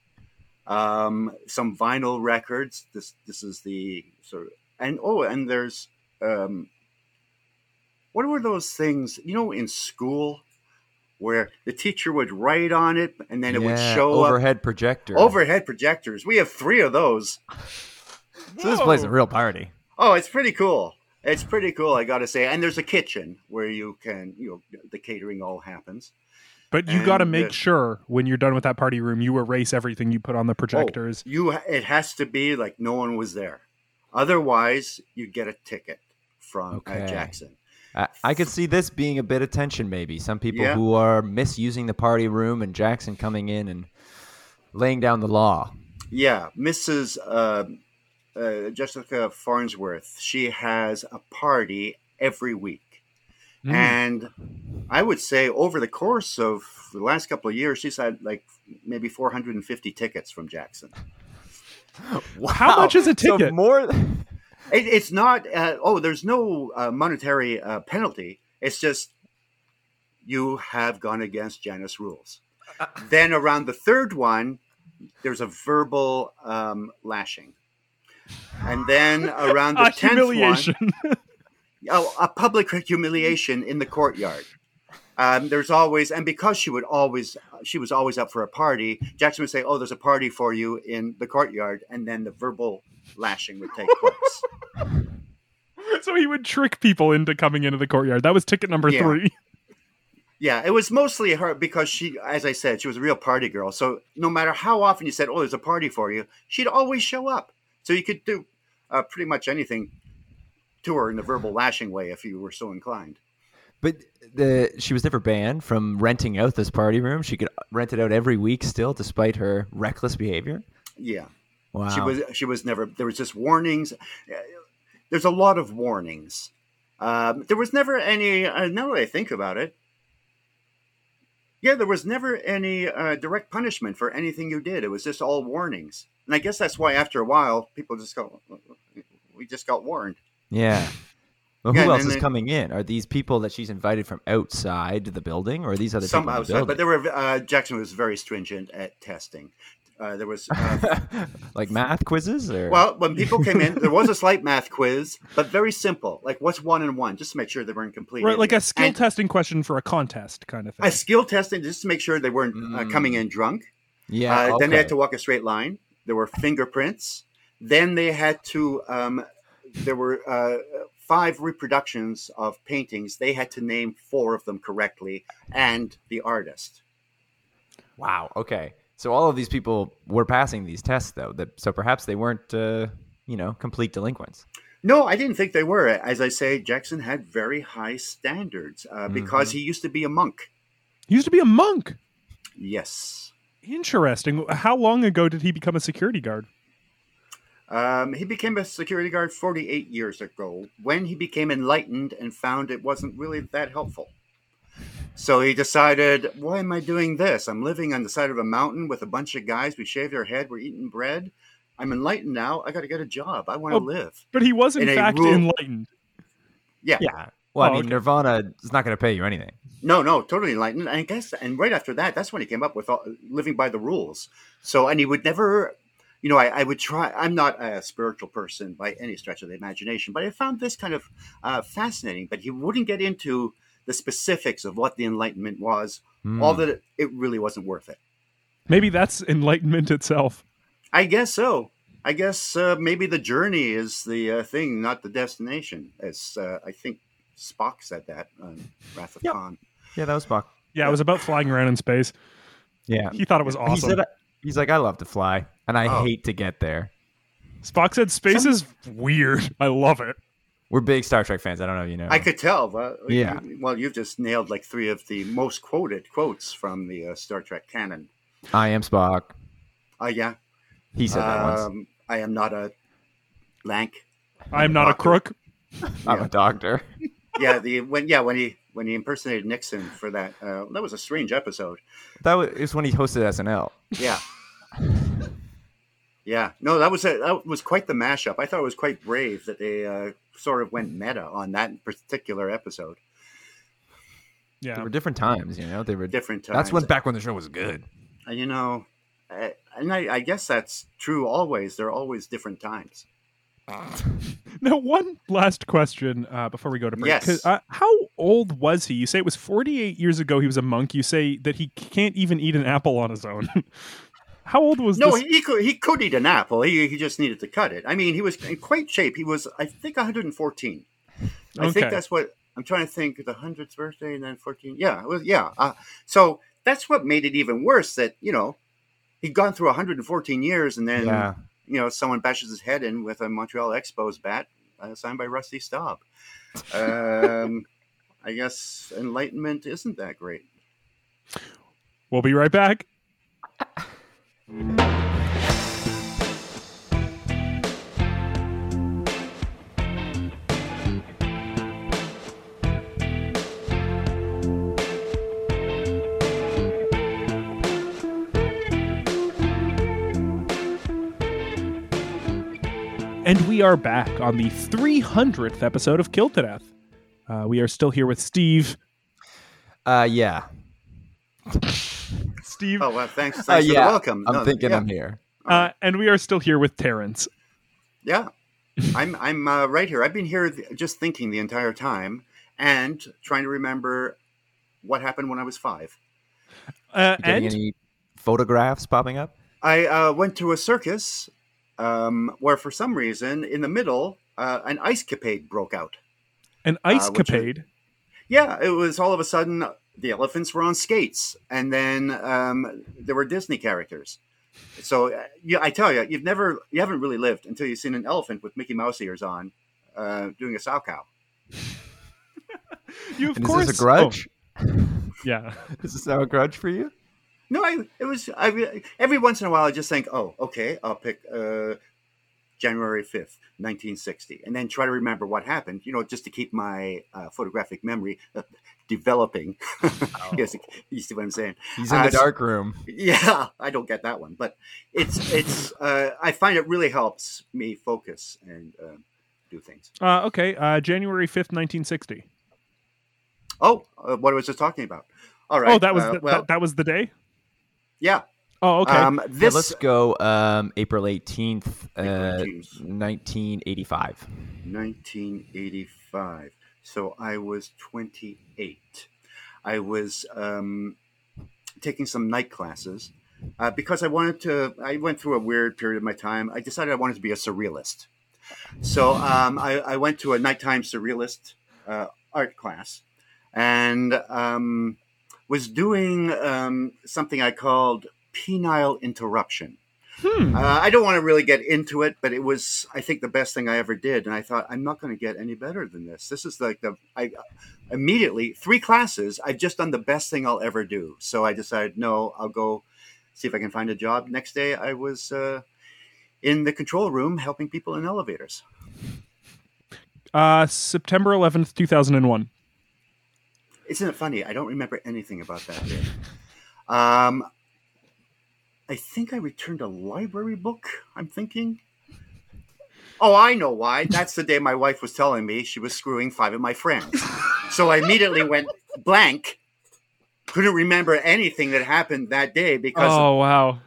Speaker 3: um, some vinyl records. This this is the sort of and oh, and there's um, what were those things you know in school where the teacher would write on it and then it would
Speaker 1: Yeah,
Speaker 3: show up
Speaker 1: overhead projector.
Speaker 3: overhead projectors. We have three of those.
Speaker 1: So this place is a
Speaker 2: Whoa.
Speaker 1: real party.
Speaker 3: Oh, it's pretty cool. It's pretty cool, I gotta say. And there's a kitchen where you can, you know, the catering all happens.
Speaker 2: But you got to
Speaker 3: And,
Speaker 2: make
Speaker 3: uh,
Speaker 2: sure when you're done with that party room, you erase everything you put on the
Speaker 3: Oh,
Speaker 2: projectors.
Speaker 3: you, it has to be like no one was there. Otherwise, you get a ticket from
Speaker 1: Okay.
Speaker 3: uh, Jackson.
Speaker 1: I, I could see this being a bit of tension, maybe. Some people
Speaker 3: Yeah.
Speaker 1: who are misusing the party room, and Jackson coming in and laying down the law.
Speaker 3: Yeah, Mrs. Uh, uh, Jessica Farnsworth. She has a party every week,
Speaker 2: Mm.
Speaker 3: and I would say over the course of the last couple of years, she's had like maybe 450 tickets from Jackson.
Speaker 2: How much is a
Speaker 1: So
Speaker 2: ticket?
Speaker 1: more.
Speaker 3: It, it's not. Uh, oh, there's no uh, monetary uh, penalty. It's just you have gone against Janus rules. then around the third one, there's a verbal um, lashing, and then around the
Speaker 2: a
Speaker 3: tenth one,
Speaker 2: humiliation.
Speaker 3: oh, a public humiliation in the courtyard. Um, there's always, and because she would always, she was always up for a party. Jackson would say, "Oh, there's a party for you in the courtyard," and then the verbal lashing would take place.
Speaker 2: so he would trick people into coming into the courtyard. That was ticket number
Speaker 3: Yeah.
Speaker 2: three.
Speaker 3: Yeah, it was mostly her because she, as I said, she was a real party girl. So no matter how often you said, "Oh, there's a party for you," she'd always show up. So you could do uh, pretty much anything to her in the verbal lashing way if you were so inclined.
Speaker 1: But the she was never banned from renting out this party room. She could rent it out every week still, despite her reckless behavior.
Speaker 3: Yeah,
Speaker 1: Wow.
Speaker 3: she was. She was never. There was just warnings. Uh, There's a lot of warnings. Um, there was never any. Uh, now that I think about it, yeah, there was never any uh, direct punishment for anything you did. It was just all warnings, and I guess that's why after a while people just go, "We just got warned."
Speaker 1: Yeah. Well, who
Speaker 3: Yeah, and
Speaker 1: else
Speaker 3: then
Speaker 1: is
Speaker 3: they-
Speaker 1: coming in? Are these people that she's invited from outside the building, or are these other
Speaker 3: Some
Speaker 1: people in the
Speaker 3: outside, but
Speaker 1: building?
Speaker 3: there were. Uh, Jackson was very stringent at testing. Uh, there was uh,
Speaker 1: like math quizzes, or
Speaker 3: Well, when people came in, there was a slight math quiz, but very simple. Like, what's one and one? Just to make sure they weren't complete.
Speaker 2: Right, like a
Speaker 3: idiots.
Speaker 2: skill
Speaker 3: And
Speaker 2: testing question for a contest kind of thing.
Speaker 3: A skill testing, just to make sure they weren't uh,
Speaker 1: Mm.
Speaker 3: coming in drunk.
Speaker 1: yeah.
Speaker 3: uh, Then they had
Speaker 1: okay.
Speaker 3: to walk a straight line. There were fingerprints. Then they had to. Um, there were uh, five reproductions of paintings. They had to name four of them correctly and the artist.
Speaker 1: Wow. Okay. So all of these people were passing these tests, though. That so perhaps they weren't, uh, you know, complete delinquents.
Speaker 3: No, I didn't think they were. As I say, Jackson had very high standards uh, because
Speaker 1: Mm-hmm.
Speaker 3: he used to be a monk.
Speaker 2: He used to be a monk.
Speaker 3: Yes.
Speaker 2: Interesting. How long ago did he become a security guard?
Speaker 3: Um, he became a security guard 48 years ago when he became enlightened and found it wasn't really that helpful. So he decided, why am I doing this? I'm living on the side of a mountain with a bunch of guys. We shave their head. We're eating bread. I'm enlightened now. I got to get a job. I want to
Speaker 2: Oh.
Speaker 3: live.
Speaker 2: But he was in,
Speaker 3: In a
Speaker 2: fact
Speaker 3: rural-
Speaker 2: enlightened.
Speaker 3: Yeah.
Speaker 1: Yeah. Well, I
Speaker 2: Oh,
Speaker 1: mean,
Speaker 2: okay.
Speaker 1: Nirvana is not going to pay you anything.
Speaker 3: No, no, totally enlightened. And I guess, and right after that, that's when he came up with all, living by the rules. So, and he would never, you know, I, I would try. I'm not a spiritual person by any stretch of the imagination, but I found this kind of uh, fascinating. But he wouldn't get into the specifics of what the enlightenment was,
Speaker 1: Hmm.
Speaker 3: all that it, it really wasn't worth it.
Speaker 2: Maybe that's enlightenment itself.
Speaker 3: I guess so. I guess uh, maybe the journey is the uh, thing, not the destination. As uh, I think Spock said that on Wrath of
Speaker 1: Yep.
Speaker 3: Khan.
Speaker 1: yeah, that was Spock.
Speaker 2: Yeah, it was about flying around in space.
Speaker 1: Yeah.
Speaker 2: He thought it was awesome.
Speaker 1: He said, he's like, I love to fly, and I
Speaker 3: Oh.
Speaker 1: hate to get there.
Speaker 2: Spock said space is weird. I love it.
Speaker 1: We're big Star Trek fans. I don't know if you know.
Speaker 3: I could tell. Well,
Speaker 1: Yeah.
Speaker 3: you- well, you've just nailed like three of the most quoted quotes from the uh, Star Trek canon.
Speaker 1: I am Spock.
Speaker 3: Oh yeah.
Speaker 1: He said that once.
Speaker 3: Um, I am not a lank.
Speaker 2: I'm not a crook.
Speaker 1: I'm a doctor.
Speaker 3: yeah, the when yeah when he when he impersonated Nixon for that uh, that was a strange episode.
Speaker 1: That was, it was when he hosted SNL.
Speaker 3: Yeah, yeah. No, that was a, that was quite the mashup. I thought it was quite brave that they uh, sort of went meta on that particular episode.
Speaker 1: There
Speaker 2: Yeah.
Speaker 1: were different times, you know. They were
Speaker 3: Different times.
Speaker 4: That's when back when the show was good.
Speaker 3: And, you know, I, and I, I guess that's true always. There are always different times.
Speaker 2: Now, one last question uh, before we go to break.
Speaker 3: Yes.
Speaker 2: 'Cause, Uh, how old was he? You say it was 48 years ago he was a monk. You say that he can't even eat an apple on his own. how old was
Speaker 3: No,
Speaker 2: this?
Speaker 3: he, he could he could eat an apple. He, he just needed to cut it. I mean, he was in quite shape. He was, I think, 114. I
Speaker 2: Okay.
Speaker 3: think that's what I'm trying to think. The hundredth birthday and then 14. Yeah, it was, yeah. Uh, so that's what made it even worse. That you know, he'd gone through 114 years, and then
Speaker 1: yeah.
Speaker 3: you know, someone bashes his head in with a Montreal Expos bat uh, signed by Rusty Staub. Um, I guess enlightenment isn't that great.
Speaker 2: We'll be right back. And we are back on the 300th episode of Killed to Death. Uh, we are still here with Steve.
Speaker 1: Uh, yeah.
Speaker 2: Steve,
Speaker 3: Oh well, thanks, thanks
Speaker 1: Uh,
Speaker 3: for
Speaker 1: yeah.
Speaker 3: the welcome.
Speaker 1: I'm
Speaker 3: No,
Speaker 1: thinking
Speaker 3: yeah,
Speaker 1: I'm here.
Speaker 2: uh, and we are still here with Terrence.
Speaker 3: yeah. I'm I'm uh, right here. I've been here th- just thinking the entire time and trying to remember what happened when I was five.
Speaker 2: Uh,
Speaker 1: Getting
Speaker 2: and
Speaker 1: any photographs popping up?
Speaker 3: I uh, went to a circus um, where, for some reason, in the middle, uh, an ice capade broke out.
Speaker 2: an
Speaker 1: uh,
Speaker 2: ice
Speaker 3: which is-
Speaker 2: capade.
Speaker 3: Yeah, it was all of a sudden the elephants were on skates, and then um, there were Disney characters. So uh, yeah, I tell you, you've never, you haven't really lived until you've seen an elephant with Mickey Mouse ears on, uh, doing a sow cow.
Speaker 2: You of
Speaker 1: And
Speaker 2: course
Speaker 1: is this a grudge?
Speaker 2: Oh, yeah.
Speaker 1: Is this now a grudge for you?
Speaker 3: No, I, it was. I every once in a while, I just think, oh, okay, I'll pick uh, January fifth, nineteen sixty, and then try to remember what happened. You know, just to keep my uh, photographic memory uh, developing. yes,
Speaker 2: Oh.
Speaker 3: you see what I'm saying?
Speaker 1: He's in
Speaker 3: Uh,
Speaker 1: the dark room.
Speaker 3: Yeah, I don't get that one, but it's it's. Uh, I find it really helps me focus and uh, do things.
Speaker 2: Uh, okay. Uh, January fifth, nineteen sixty.
Speaker 3: Oh, uh, what I was just talking about. All right.
Speaker 2: Oh, that was
Speaker 3: uh,
Speaker 2: the,
Speaker 3: well.
Speaker 2: that, that was the day.
Speaker 3: yeah.
Speaker 2: Oh, okay.
Speaker 3: Um,
Speaker 1: Yeah,
Speaker 3: this
Speaker 1: let's go um, April 18th, uh,
Speaker 3: April 18th.
Speaker 1: 1985.
Speaker 3: 1985. So I was 28. I was um, taking some night classes uh, because I wanted to. I went through a weird period of my time. I decided I wanted to be a surrealist. So um, I, I went to a nighttime surrealist uh, art class and um, was doing um, something I called penile interruption.
Speaker 2: Hmm.
Speaker 3: Uh, I don't want to really get into it, but it was, I think, the best thing I ever did. And I thought, I'm not going to get any better than this. This is like the, I uh, immediately, three classes, I've just done the best thing I'll ever do. So I decided, no, I'll go see if I can find a job. Next day, I was uh, in the control room helping people in elevators.
Speaker 2: Uh, September eleventh, two thousand and one.
Speaker 3: Isn't it funny? I don't remember anything about that day. Um, I think I returned a library book, I'm thinking. Oh, I know why. That's the day my wife was telling me she was screwing five of my friends. So I immediately went blank. Couldn't remember anything that happened that day because
Speaker 2: Oh wow.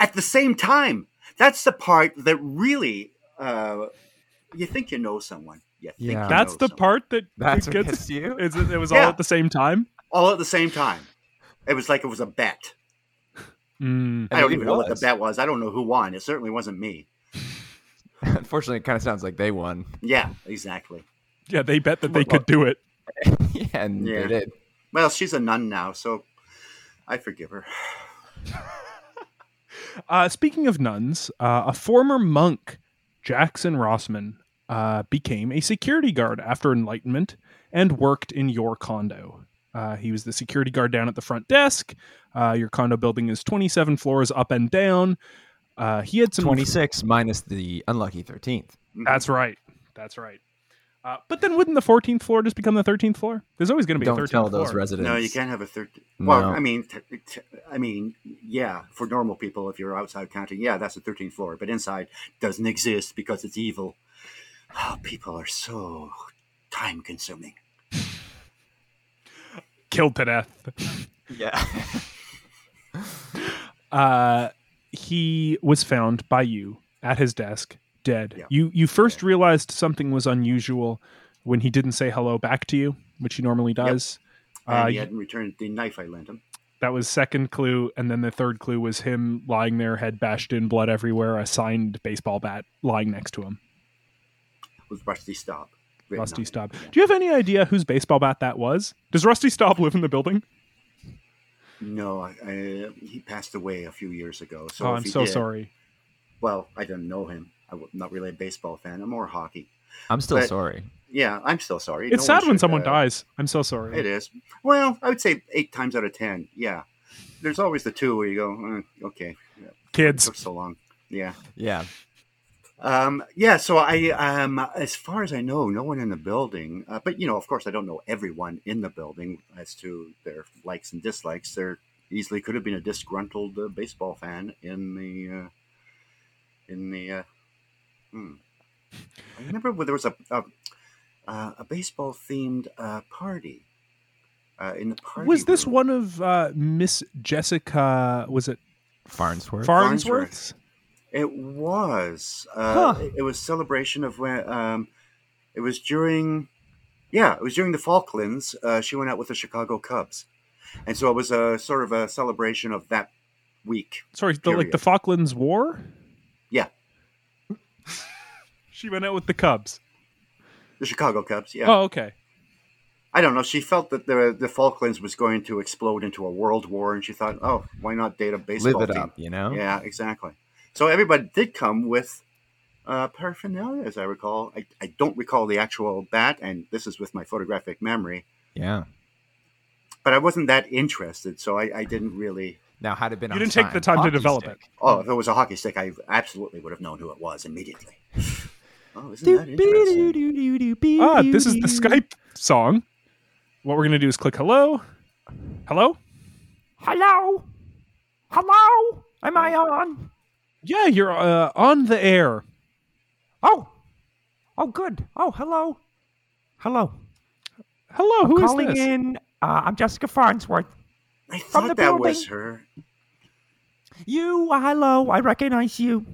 Speaker 3: at the same time, that's the part that really uh, you think you know someone. You think
Speaker 1: Yeah.
Speaker 3: you
Speaker 2: That's
Speaker 3: know
Speaker 2: the
Speaker 3: someone.
Speaker 2: part that
Speaker 1: Oh, That's what
Speaker 2: gets,
Speaker 1: gets you?
Speaker 2: It's, it was all
Speaker 3: Yeah.
Speaker 2: at the same time.
Speaker 3: all at the same time. It was like it was a bet.
Speaker 2: Mm.
Speaker 3: I don't even know what the
Speaker 1: was.
Speaker 3: bet was. I don't know who won. It certainly wasn't me.
Speaker 1: Unfortunately, it kind of sounds like they won.
Speaker 3: Yeah, exactly.
Speaker 2: Yeah, they bet that they could do it.
Speaker 1: yeah, and
Speaker 3: Yeah.
Speaker 1: they did.
Speaker 3: Well, she's a nun now, so I forgive her.
Speaker 2: Uh, speaking of nuns, uh, a former monk, Jackson Rossman, uh, became a security guard after Enlightenment and worked in your condo. Uh, he was the security guard down at the front desk. Uh, your condo building is 27 floors up and down. Uh, he had some.
Speaker 1: 26 minus the unlucky 13th.
Speaker 2: That's right. That's right. Uh, but then wouldn't the 14th floor just become the 13th floor? There's always going to be a
Speaker 1: Don't
Speaker 2: 13th
Speaker 1: tell
Speaker 2: floor.
Speaker 1: those residents.
Speaker 3: No, you can't have a third. Well,
Speaker 1: No.
Speaker 3: I mean, t- t- I mean, yeah, for normal people, if you're outside counting, yeah, that's the 13th floor, but inside doesn't exist because it's evil. Oh, people are so time consuming.
Speaker 2: Killed to death.
Speaker 1: Yeah.
Speaker 2: Uh, he was found by you at his desk, dead.
Speaker 3: Yeah.
Speaker 2: You you first realized something was unusual when he didn't say hello back to you, which he normally does.
Speaker 3: And
Speaker 2: Uh,
Speaker 3: he
Speaker 2: you-
Speaker 3: hadn't returned the knife I lent him.
Speaker 2: that was second clue, and then the third clue was him lying there, head bashed in, blood everywhere, a signed baseball bat lying next to him.
Speaker 3: with Rusty Staub. written on
Speaker 2: Rusty
Speaker 3: it.
Speaker 2: Staub. Do you have any idea whose baseball bat that was? Does Rusty Staub live in the building?
Speaker 3: No, I, I, he passed away a few years ago. So
Speaker 2: oh,
Speaker 3: if
Speaker 2: I'm
Speaker 3: he
Speaker 2: so
Speaker 3: did-
Speaker 2: sorry.
Speaker 3: Well, I didn't know him. I'm not really a baseball fan. I'm more hockey.
Speaker 1: I'm still
Speaker 3: But-
Speaker 1: sorry.
Speaker 3: Yeah, I'm still sorry.
Speaker 2: It's
Speaker 3: No one
Speaker 2: sad when
Speaker 3: should,
Speaker 2: someone
Speaker 3: uh,
Speaker 2: dies. I'm so sorry.
Speaker 3: It is. Well, I would say eight times out of ten. Yeah. There's always the two where you go, eh, okay,
Speaker 2: Kids.
Speaker 3: took so long. Yeah.
Speaker 1: Yeah.
Speaker 3: Um, yeah, so I, um, as far as I know, no one in the building, uh, but you know, of course, I don't know everyone in the building as to their likes and dislikes. There easily could have been a disgruntled uh, baseball fan in the, uh, in the, uh, hmm. I remember when there was a, a, uh, a baseball themed, uh, party, uh, in the party.
Speaker 2: Was this
Speaker 3: room.
Speaker 2: one of uh, Miss Jessica? Was it
Speaker 1: Farnsworth.
Speaker 2: Farnsworth's?
Speaker 3: It was. Uh,
Speaker 1: Huh.
Speaker 3: it, it was celebration of when. Um, it was during. Yeah, it was during the Falklands. Uh, she went out with the Chicago Cubs, and so it was a sort of a celebration of that week.
Speaker 2: Sorry, the, like the
Speaker 3: Period.
Speaker 2: Falklands War.
Speaker 3: Yeah,
Speaker 2: She went out with the Cubs.
Speaker 3: the Chicago Cubs. Yeah,
Speaker 2: Oh, okay.
Speaker 3: I don't know. She felt that the the Falklands was going to explode into a world war, and she thought, "Oh, why not date a baseball
Speaker 1: Live it
Speaker 3: team?"
Speaker 1: up, you know?
Speaker 3: Yeah, exactly. So everybody did come with uh, paraphernalia, as I recall. I, I don't recall the actual bat, and this is with my photographic memory.
Speaker 1: Yeah.
Speaker 3: But I wasn't that interested, so I, I didn't really.
Speaker 1: Now, had it been
Speaker 2: You
Speaker 1: on
Speaker 2: didn't take the time to
Speaker 1: hockey
Speaker 2: develop
Speaker 1: stick.
Speaker 3: Oh, if it was a hockey stick, I absolutely would have known who it was immediately. Oh, isn't that interesting?
Speaker 1: Doo-doo-doo-doo-doo-doo-doo.
Speaker 2: Ah, this is the Skype song. What we're gonna do is click hello. Hello.
Speaker 1: Hello? Hello? Am I on?
Speaker 2: Yeah, you're uh, on the air.
Speaker 1: Oh. Oh, good. Oh, hello. Hello.
Speaker 2: Hello, Oh, who is
Speaker 4: calling
Speaker 2: this?
Speaker 4: in. Uh, I'm Jessica Farnsworth.
Speaker 3: I
Speaker 4: the
Speaker 3: thought that was
Speaker 4: building.
Speaker 3: her.
Speaker 4: You, uh, hello, I recognize you.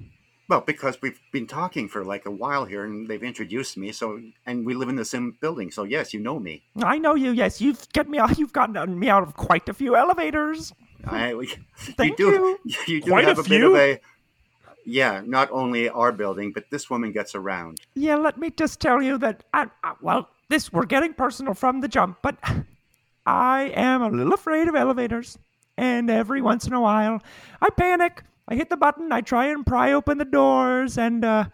Speaker 3: Well, because we've been talking for like a while here, and they've introduced me. So, and we live in the same building. So, yes, you know me.
Speaker 4: I know you. Yes, you've get me. out- You've gotten me out of quite a few elevators.
Speaker 3: I, you
Speaker 4: Thank
Speaker 3: do, you, do
Speaker 2: Quite a
Speaker 3: have a, bit of
Speaker 2: few.
Speaker 3: a, yeah, not only our building, but this woman gets around.
Speaker 4: Yeah, let me just tell you that. I, I, well, this we're getting personal from the jump, but I am a little afraid of elevators. And every once in a while, I panic. I hit the button. I try and pry open the doors, and uh,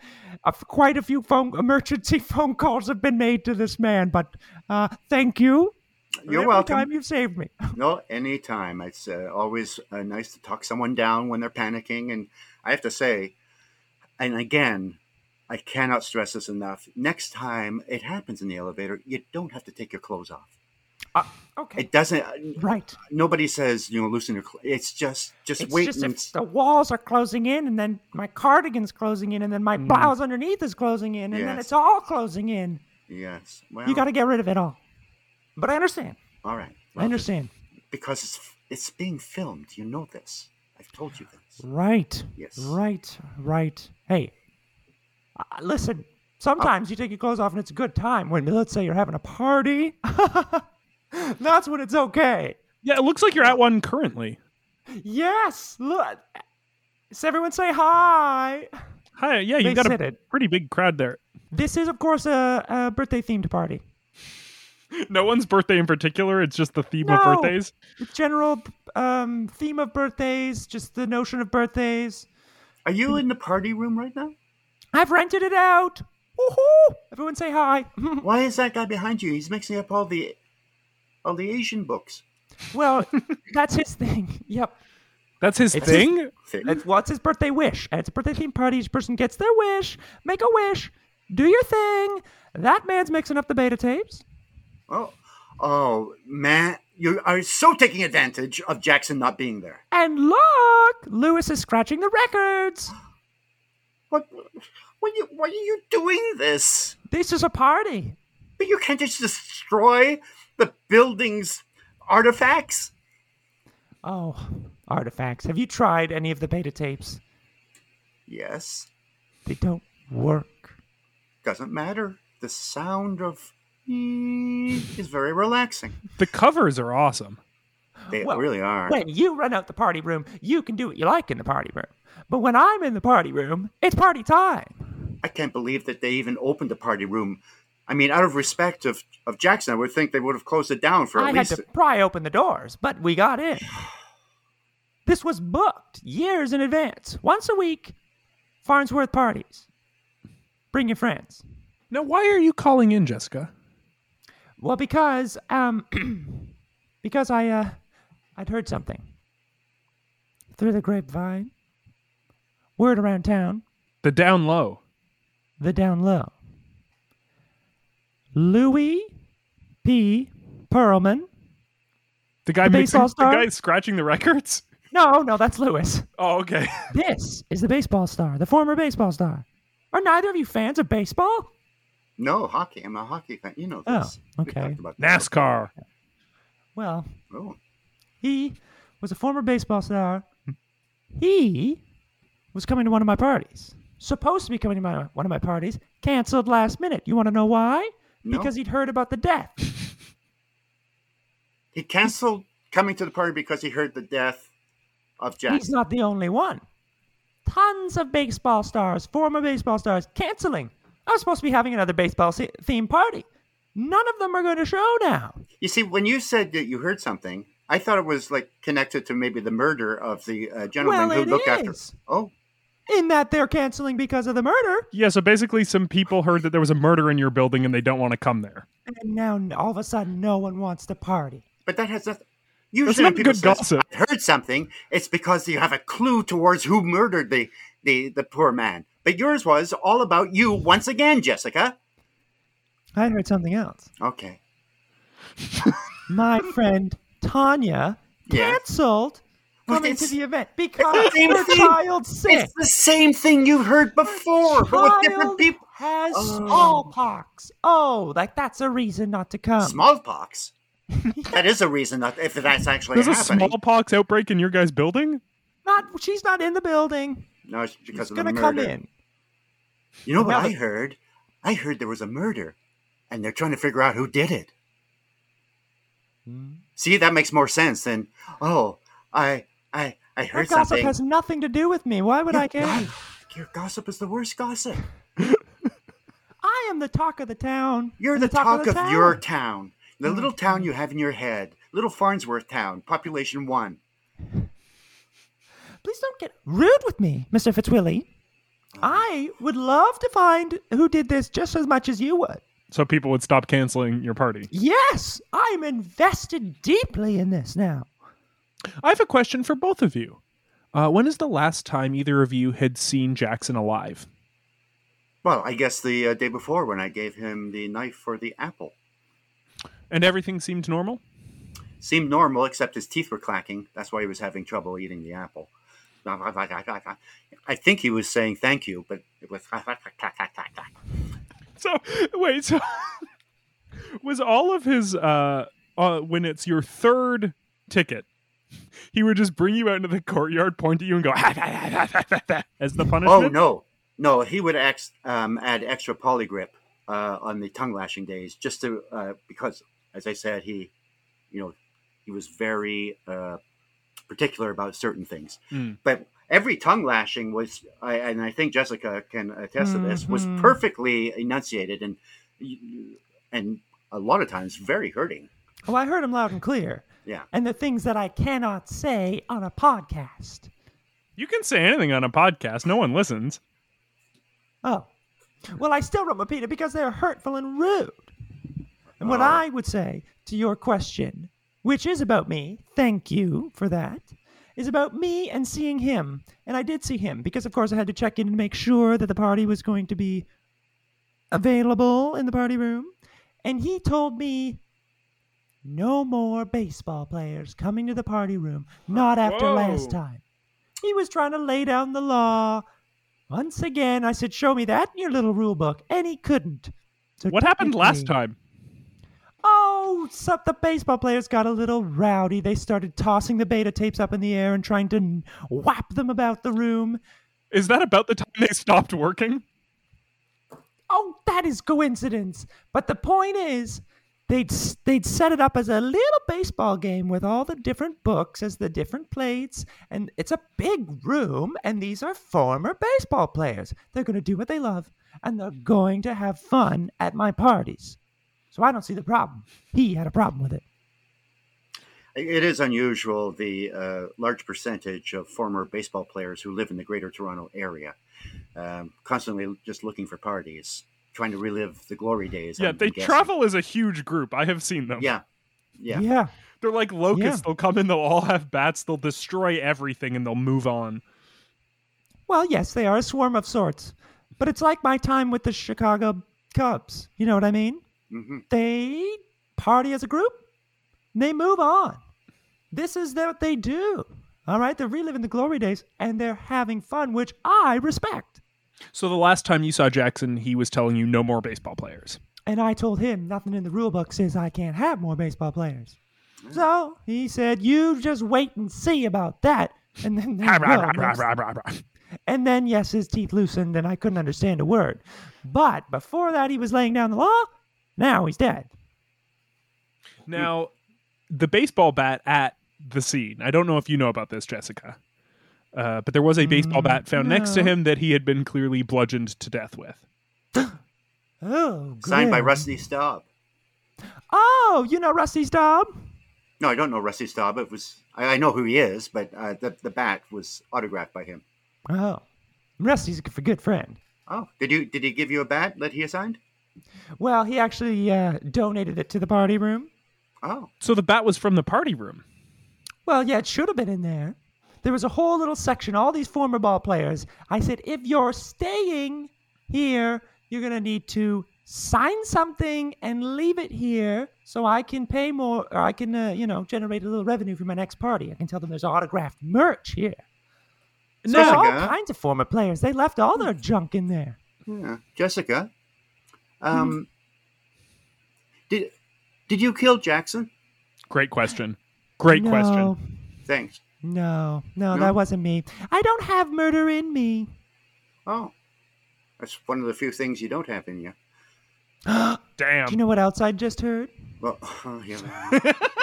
Speaker 4: a f- quite a few phone emergency phone calls have been made to this man. But uh, thank you. for
Speaker 3: You're
Speaker 4: every
Speaker 3: welcome.
Speaker 4: Time you've saved me.
Speaker 3: No, anytime. It's uh, always uh, nice to talk someone down when they're panicking. And I have to say, and again, I cannot stress this enough. Next time it happens in the elevator, you don't have to take your clothes off.
Speaker 4: Okay.
Speaker 3: It doesn't.
Speaker 4: Right.
Speaker 3: Nobody says you know loosen your. Cl- it's just just
Speaker 4: It's
Speaker 3: wait
Speaker 4: just
Speaker 3: and
Speaker 4: if the walls are closing in, and then my cardigan's closing in, and then my blouse underneath is closing in, and then
Speaker 3: Hmm. Yes.
Speaker 4: it's all closing in.
Speaker 3: yes. Well,
Speaker 4: You got to get rid of it all. But I understand.
Speaker 3: all right.
Speaker 4: I
Speaker 3: Well,
Speaker 4: understand.
Speaker 3: because it's it's being filmed. You know this. I've told you this.
Speaker 4: Right.
Speaker 3: Yes.
Speaker 4: Right. Right. Hey, uh, listen. Sometimes you take your clothes off, and it's a good time. When let's say you're having a party, that's when it's okay.
Speaker 2: Yeah, it looks like you're at one currently.
Speaker 4: Yes. Look. Does everyone say hi?
Speaker 2: Hi. Yeah, you
Speaker 4: They
Speaker 2: got
Speaker 4: said
Speaker 2: a
Speaker 4: it.
Speaker 2: pretty big crowd there.
Speaker 4: This is, of course, a, a birthday themed party.
Speaker 2: No one's birthday in particular. It's just the theme of
Speaker 4: No.
Speaker 2: birthdays.
Speaker 4: the general um, theme of birthdays, just the notion of birthdays.
Speaker 3: Are you in the party room right now?
Speaker 4: I've rented it out. Woohoo! Everyone say hi.
Speaker 3: Why is that guy behind you? He's mixing up all the all the Asian books.
Speaker 4: well, that's his thing. Yep.
Speaker 2: That's his
Speaker 4: It's-
Speaker 2: thing.
Speaker 3: Thick.
Speaker 4: It's, well, it's his birthday wish. And it's a birthday theme party. Each person gets their wish. Make a wish. do your thing. That man's mixing up the beta tapes.
Speaker 3: Oh, oh man, you are so taking advantage of Jackson not being there.
Speaker 4: And look, Lewis is scratching the records.
Speaker 3: What? Why are you? Why are you doing this?
Speaker 4: This is a party.
Speaker 3: But you can't just destroy the building's artifacts.
Speaker 4: Oh, artifacts. Have you tried any of the beta tapes?
Speaker 3: Yes,
Speaker 4: They don't work.
Speaker 3: doesn't matter. The sound of is very relaxing.
Speaker 2: The covers are awesome.
Speaker 3: They
Speaker 4: Well,
Speaker 3: really are.
Speaker 4: When you run out the party room, you can do what you like in the party room. But when I'm in the party room, it's party time.
Speaker 3: I can't believe that they even opened the party room. I mean, out of respect of, of Jackson, I would think they would have closed it down for
Speaker 4: I
Speaker 3: at
Speaker 4: had
Speaker 3: least.
Speaker 4: to pry open the doors, but we got in. This was booked years in advance. Once a week, Farnsworth parties. Bring your friends.
Speaker 2: Now, why are you calling in, Jessica?
Speaker 4: Well, because um, because I uh, I'd heard something through the grapevine, word around town,
Speaker 2: The down low.
Speaker 4: the down low. Louis P. Perlman.
Speaker 2: The guy
Speaker 4: The
Speaker 2: mixing,
Speaker 4: baseball
Speaker 2: the
Speaker 4: star?
Speaker 2: guy scratching the records.
Speaker 4: No, no, that's Lewis.
Speaker 2: Oh, okay.
Speaker 4: This is the baseball star, the former baseball star. Are neither of you fans of baseball?
Speaker 3: No, hockey. I'm a hockey fan. You know
Speaker 4: Oh,
Speaker 3: this. We
Speaker 4: okay.
Speaker 3: talked about this.
Speaker 2: NASCAR.
Speaker 4: Well,
Speaker 3: Oh,
Speaker 4: he was a former baseball star. He was coming to one of my parties. Supposed to be coming to my, one of my parties. Canceled last minute. You want to know why?
Speaker 3: No.
Speaker 4: Because he'd heard about the death.
Speaker 3: he canceled coming to the party because he heard the death of
Speaker 4: He's
Speaker 3: Jackson.
Speaker 4: not the only one. Tons of baseball stars, former baseball stars, canceling. I was supposed to be having another baseball se- themed party. None of them are going to show now.
Speaker 3: You see, when you said that you heard something, I thought it was like connected to maybe the murder of the uh, gentleman
Speaker 4: Well,
Speaker 3: who
Speaker 4: it
Speaker 3: looked after.
Speaker 4: is.
Speaker 3: Oh,
Speaker 4: In that they're canceling because of the murder,
Speaker 2: Yeah, so basically, some people heard that there was a murder in your building and they don't want to come there.
Speaker 4: and now n- all of a sudden no one wants to party.
Speaker 3: but that has nothing. Usually,
Speaker 2: not
Speaker 3: when people
Speaker 2: good
Speaker 3: says,
Speaker 2: gossip.
Speaker 3: I heard something. It's because you have a clue towards who murdered the, the the poor man. But yours was all about you once again, Jessica.
Speaker 4: I heard something else.
Speaker 3: Okay.
Speaker 4: My friend Tanya
Speaker 3: Yeah.
Speaker 4: canceled
Speaker 3: But
Speaker 4: coming to
Speaker 3: it's-
Speaker 4: the event because
Speaker 3: same
Speaker 4: her
Speaker 3: thing.
Speaker 4: child's sick.
Speaker 3: It's the same thing you heard before, but with different
Speaker 4: Child
Speaker 3: people.
Speaker 4: has
Speaker 3: Oh.
Speaker 4: smallpox. Oh, like that's a reason not to come.
Speaker 3: Smallpox. that is a reason that if that's actually
Speaker 2: There's a
Speaker 3: happening.
Speaker 2: smallpox outbreak in your guys' building?
Speaker 4: not she's not in the building.
Speaker 3: no, it's because
Speaker 4: She's
Speaker 3: of the
Speaker 4: gonna
Speaker 3: murder.
Speaker 4: come in.
Speaker 3: You know
Speaker 4: Now
Speaker 3: what I
Speaker 4: the-
Speaker 3: heard? I heard there was a murder, and they're trying to figure out who did it.
Speaker 4: Hmm.
Speaker 3: See, that makes more sense than oh, I, I, I
Speaker 4: Her
Speaker 3: heard
Speaker 4: gossip
Speaker 3: something.
Speaker 4: has nothing to do with me. Why would I
Speaker 3: Your
Speaker 4: care?
Speaker 3: gossip- Your gossip is the worst gossip.
Speaker 4: I am the talk of the town.
Speaker 3: You're
Speaker 4: and
Speaker 3: the, talk of,
Speaker 4: town. Hmm.
Speaker 3: your town, the little town you have in your head, little Farnsworth town, population one.
Speaker 4: Please don't get rude with me, Mr. Fitzwillie. I would love to find who did this just as much as you would.
Speaker 2: So people would stop canceling your party.
Speaker 4: Yes, I'm invested deeply in this now.
Speaker 2: I have a question for both of you. Uh, when is the last time either of you had seen Jackson alive?
Speaker 3: Well, I guess the uh, day before when I gave him the knife for the apple.
Speaker 2: And everything seemed normal?
Speaker 3: Seemed normal, except his teeth were clacking. That's why he was having trouble eating the apple. I think he was saying thank you, but it was.
Speaker 2: So, wait, so was all of his, uh, uh, when it's your third ticket, he would just bring you out into the courtyard, point at you, and go, as the punishment?
Speaker 3: Oh no, no, he would ex- um, add extra polygrip uh, on the tongue lashing days, just to uh, because, as I said, he, you know, he was very uh, particular about certain things.
Speaker 2: Mm.
Speaker 3: But every tongue lashing was, I, and I think Jessica can attest to this, was
Speaker 4: Mhm.
Speaker 3: perfectly enunciated and and a lot of times very hurting.
Speaker 4: Oh, I heard him loud and clear.
Speaker 3: Yeah.
Speaker 4: And the things that I cannot say on a podcast.
Speaker 2: You can say anything on a podcast, no one listens.
Speaker 4: Oh. Well, I still don't repeat it because they are hurtful and rude. And what
Speaker 3: Oh.
Speaker 4: I would say to your question, which is about me, thank you for that, is about me and seeing him. And I did see him because, of course, I had to check in and make sure that the party was going to be available in the party room, and he told me no more baseball players coming to the party room, not after
Speaker 2: Whoa.
Speaker 4: last time. He was trying to lay down the law. Once again, I said, Show me that in your little rule book, and he couldn't. So
Speaker 2: What happened last
Speaker 4: technically-
Speaker 2: time?
Speaker 4: Oh, sup, the baseball players got a little rowdy. They started tossing the beta tapes up in the air and trying to n- whap them about the room.
Speaker 2: Is that about the time they stopped working?
Speaker 4: Oh, that is coincidence. But the point is, they'd s- they'd set it up as a little baseball game with all the different books as the different plates, and it's a big room, and these are former baseball players. They're going to do what they love, and they're going to have fun at my parties. So I don't see the problem. He had a problem with it.
Speaker 3: It is unusual the uh, large percentage of former baseball players who live in the Greater Toronto Area, um, constantly just looking for parties, trying to relive the glory days.
Speaker 2: Yeah,
Speaker 3: I'm
Speaker 2: they
Speaker 3: guessing.
Speaker 2: travel as a huge group. I have seen them.
Speaker 3: Yeah, yeah,
Speaker 4: yeah.
Speaker 2: They're like locusts. They'll come in, they'll all have bats, they'll destroy everything, and they'll move on.
Speaker 4: Well, yes, they are a swarm of sorts. But it's like my time with the Chicago Cubs. You know what I mean?
Speaker 3: Mhm.
Speaker 4: They party as a group, and they move on. This is what they do. All right, they're reliving the glory days and they're having fun, which I respect.
Speaker 2: So the last time you saw Jackson, he was telling you no more baseball players.
Speaker 4: And I told him nothing in the rule book says I can't have more baseball players. So he said, You just wait and see about that. And then, there you go. Next And then, yes, his teeth loosened and I couldn't understand a word. But before that, he was laying down the law. Now he's dead.
Speaker 2: Now, the baseball bat at the scene. I don't know if you know about this, Jessica, uh, but there was a baseball bat found next to
Speaker 4: Mm, no.
Speaker 2: him that he had been clearly bludgeoned to death with.
Speaker 4: Oh,
Speaker 3: signed by
Speaker 4: grim.
Speaker 3: Rusty Staub.
Speaker 4: Oh, you know Rusty's dog?
Speaker 3: No, I don't know Rusty Staub. It was I, I know who he is, but uh, the the bat was autographed by him.
Speaker 4: Oh, Rusty's a good- good friend.
Speaker 3: Oh, did you did he give you a bat that he signed?
Speaker 4: Well, he actually uh, donated it to the party room.
Speaker 3: Oh,
Speaker 2: So the bat was from the party room.
Speaker 4: Well, yeah, it should have been in there. There was a whole little section, all these former ball players. I said, if you're staying here, you're going to need to sign something and leave it here so I can pay more, or I can, uh, you know, generate a little revenue for my next party. I can tell them there's autographed merch here. So there's all
Speaker 3: Jessica?
Speaker 4: kinds of former players. They left all their junk in there.
Speaker 3: yeah, Jessica. Um, did did you kill Jackson?
Speaker 2: Great question. Great question.
Speaker 4: No,
Speaker 3: Thanks.
Speaker 4: No,
Speaker 3: No?
Speaker 4: no, that wasn't me. I don't have murder in me.
Speaker 3: Oh, that's one of the few things you don't have in you.
Speaker 2: Damn.
Speaker 4: Do you know what else I just heard?
Speaker 3: Well, oh, yeah.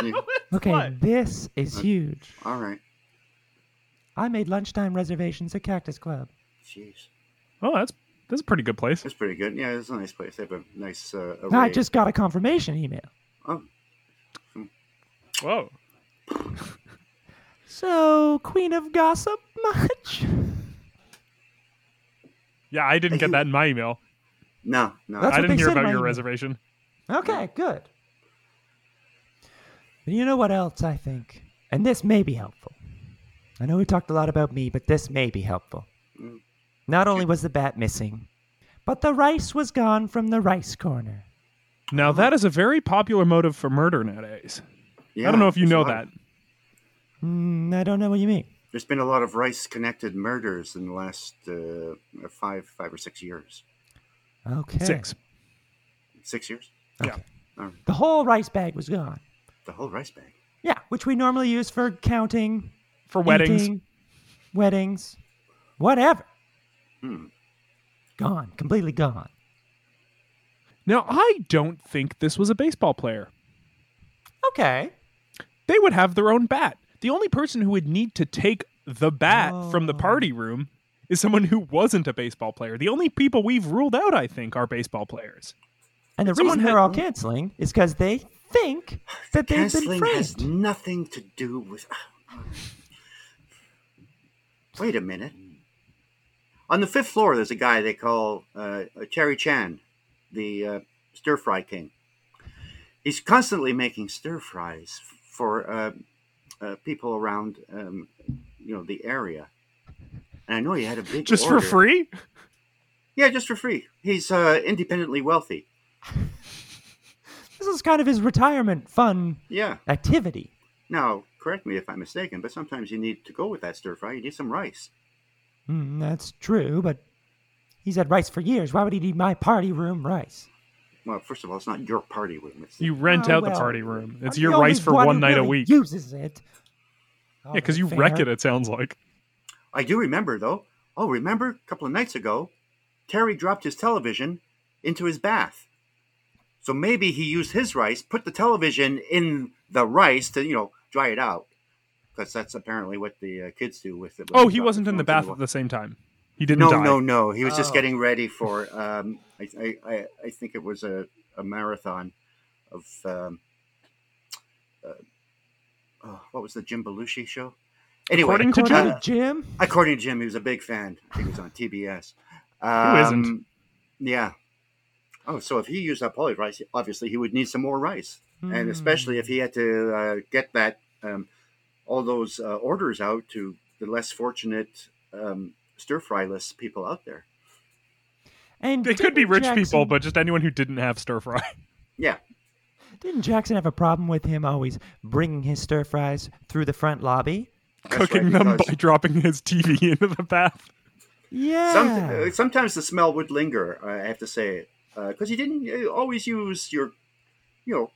Speaker 3: Yeah,
Speaker 4: Okay,
Speaker 2: What?
Speaker 4: this is huge.
Speaker 3: All right.
Speaker 4: I made lunchtime reservations at Cactus Club.
Speaker 3: Jeez,
Speaker 2: oh, that's that's a pretty good place.
Speaker 3: that's pretty good. Yeah, it's a nice place. They have a nice uh, array.
Speaker 4: I just got a confirmation email.
Speaker 3: Oh,
Speaker 2: Whoa.
Speaker 4: So, Queen of Gossip, much?
Speaker 2: Yeah, I didn't get that in my email.
Speaker 3: no, no.
Speaker 4: That's
Speaker 2: I
Speaker 4: what
Speaker 2: didn't
Speaker 4: they
Speaker 2: hear
Speaker 4: said in
Speaker 2: about
Speaker 4: my
Speaker 2: your
Speaker 4: email.
Speaker 2: reservation.
Speaker 4: Okay, good. But you know what else I think? And this may be helpful. I know we talked a lot about me, but this may be helpful. Not only was the bat missing, but the rice was gone from the rice corner.
Speaker 2: Now that is a very popular motive for murder nowadays.
Speaker 3: yeah,
Speaker 2: I don't know if you
Speaker 3: there's a
Speaker 2: know
Speaker 3: lot
Speaker 2: that.
Speaker 3: of-
Speaker 4: Mm, I don't know what you mean.
Speaker 3: there's been a lot of rice-connected murders in the last uh, five, five or six years.
Speaker 4: Okay.
Speaker 2: Six.
Speaker 3: Six years.
Speaker 2: Yeah.
Speaker 4: The whole rice bag was gone.
Speaker 3: The whole rice bag.
Speaker 4: Yeah, which we normally use for counting
Speaker 2: For weddings.
Speaker 4: Eating, weddings, whatever. Gone, completely gone.
Speaker 2: Now I don't think this was a baseball player.
Speaker 4: Okay.
Speaker 2: They would have their own bat. The only person who would need to take the bat from the party room is someone who wasn't a baseball player. The only people we've ruled out, I think, are baseball players.
Speaker 4: And the
Speaker 2: Someone
Speaker 4: reason
Speaker 2: had-
Speaker 4: they're all canceling is because they think that they've been
Speaker 3: Canceling has
Speaker 4: framed.
Speaker 3: nothing to do with. oh, Wait a minute. On the fifth floor, there's a guy they call uh, Terry Chan, the uh, stir fry king. He's constantly making stir fries for uh, uh, people around, um, you know, the area. And I know he had a big
Speaker 2: Just for
Speaker 3: order.
Speaker 2: free?
Speaker 3: Yeah, just for free. He's uh, independently wealthy.
Speaker 4: This is kind of his retirement fun
Speaker 3: Yeah.
Speaker 4: activity.
Speaker 3: Now, correct me if I'm mistaken, but sometimes you need to go with that stir fry. You need some rice.
Speaker 4: Mm, that's true, but he's had rice for years. Why would he need my party room rice?
Speaker 3: Well, first of all, it's not your party room. It's
Speaker 2: You rent
Speaker 4: Oh,
Speaker 2: out
Speaker 4: well,
Speaker 2: the party room. It's
Speaker 4: I'm
Speaker 2: your
Speaker 4: the
Speaker 2: rice
Speaker 4: only
Speaker 2: for
Speaker 4: one
Speaker 2: one
Speaker 4: who
Speaker 2: night a
Speaker 4: really
Speaker 2: week.
Speaker 4: Uses it. Oh,
Speaker 2: yeah, because you wreck it. It sounds like.
Speaker 3: I do remember though. Oh, remember a couple of nights ago, Terry dropped his television into his bath. So maybe he used his rice, put the television in the rice to you know dry it out, because that's apparently what the uh, kids do with it.
Speaker 2: Oh, he wasn't in the bath at
Speaker 3: No,
Speaker 2: the same time. He didn't die.
Speaker 3: no, no. He was just
Speaker 4: Oh.
Speaker 3: getting ready for. Um, I, I, I, I think it was a, a marathon of. Um, uh, oh, what was the Jim Belushi show? Anyway,
Speaker 2: According to
Speaker 4: According
Speaker 2: Jim.
Speaker 4: to Jim,
Speaker 3: According to Jim, he was a big fan. I think it was on TBS. Um,
Speaker 2: isn't?
Speaker 3: Yeah. Oh, so if he used up all his rice, obviously he would need some more rice,
Speaker 4: Hmm.
Speaker 3: and especially if he had to uh, get that um, all those uh, orders out to the less fortunate um, stir fry list people out there.
Speaker 4: and
Speaker 2: They could be
Speaker 4: didn't
Speaker 2: rich
Speaker 4: Jackson-
Speaker 2: people, but just anyone who didn't have stir fry.
Speaker 3: Yeah,
Speaker 4: didn't Jackson have a problem with him always bringing his stir fries through the front lobby?
Speaker 3: that's right,
Speaker 2: cooking them
Speaker 3: because
Speaker 2: by dropping his TV into the bath.
Speaker 4: Yeah.
Speaker 3: some- uh, sometimes the smell would linger. uh, I have to say, because he didn't uh, always use your, you know,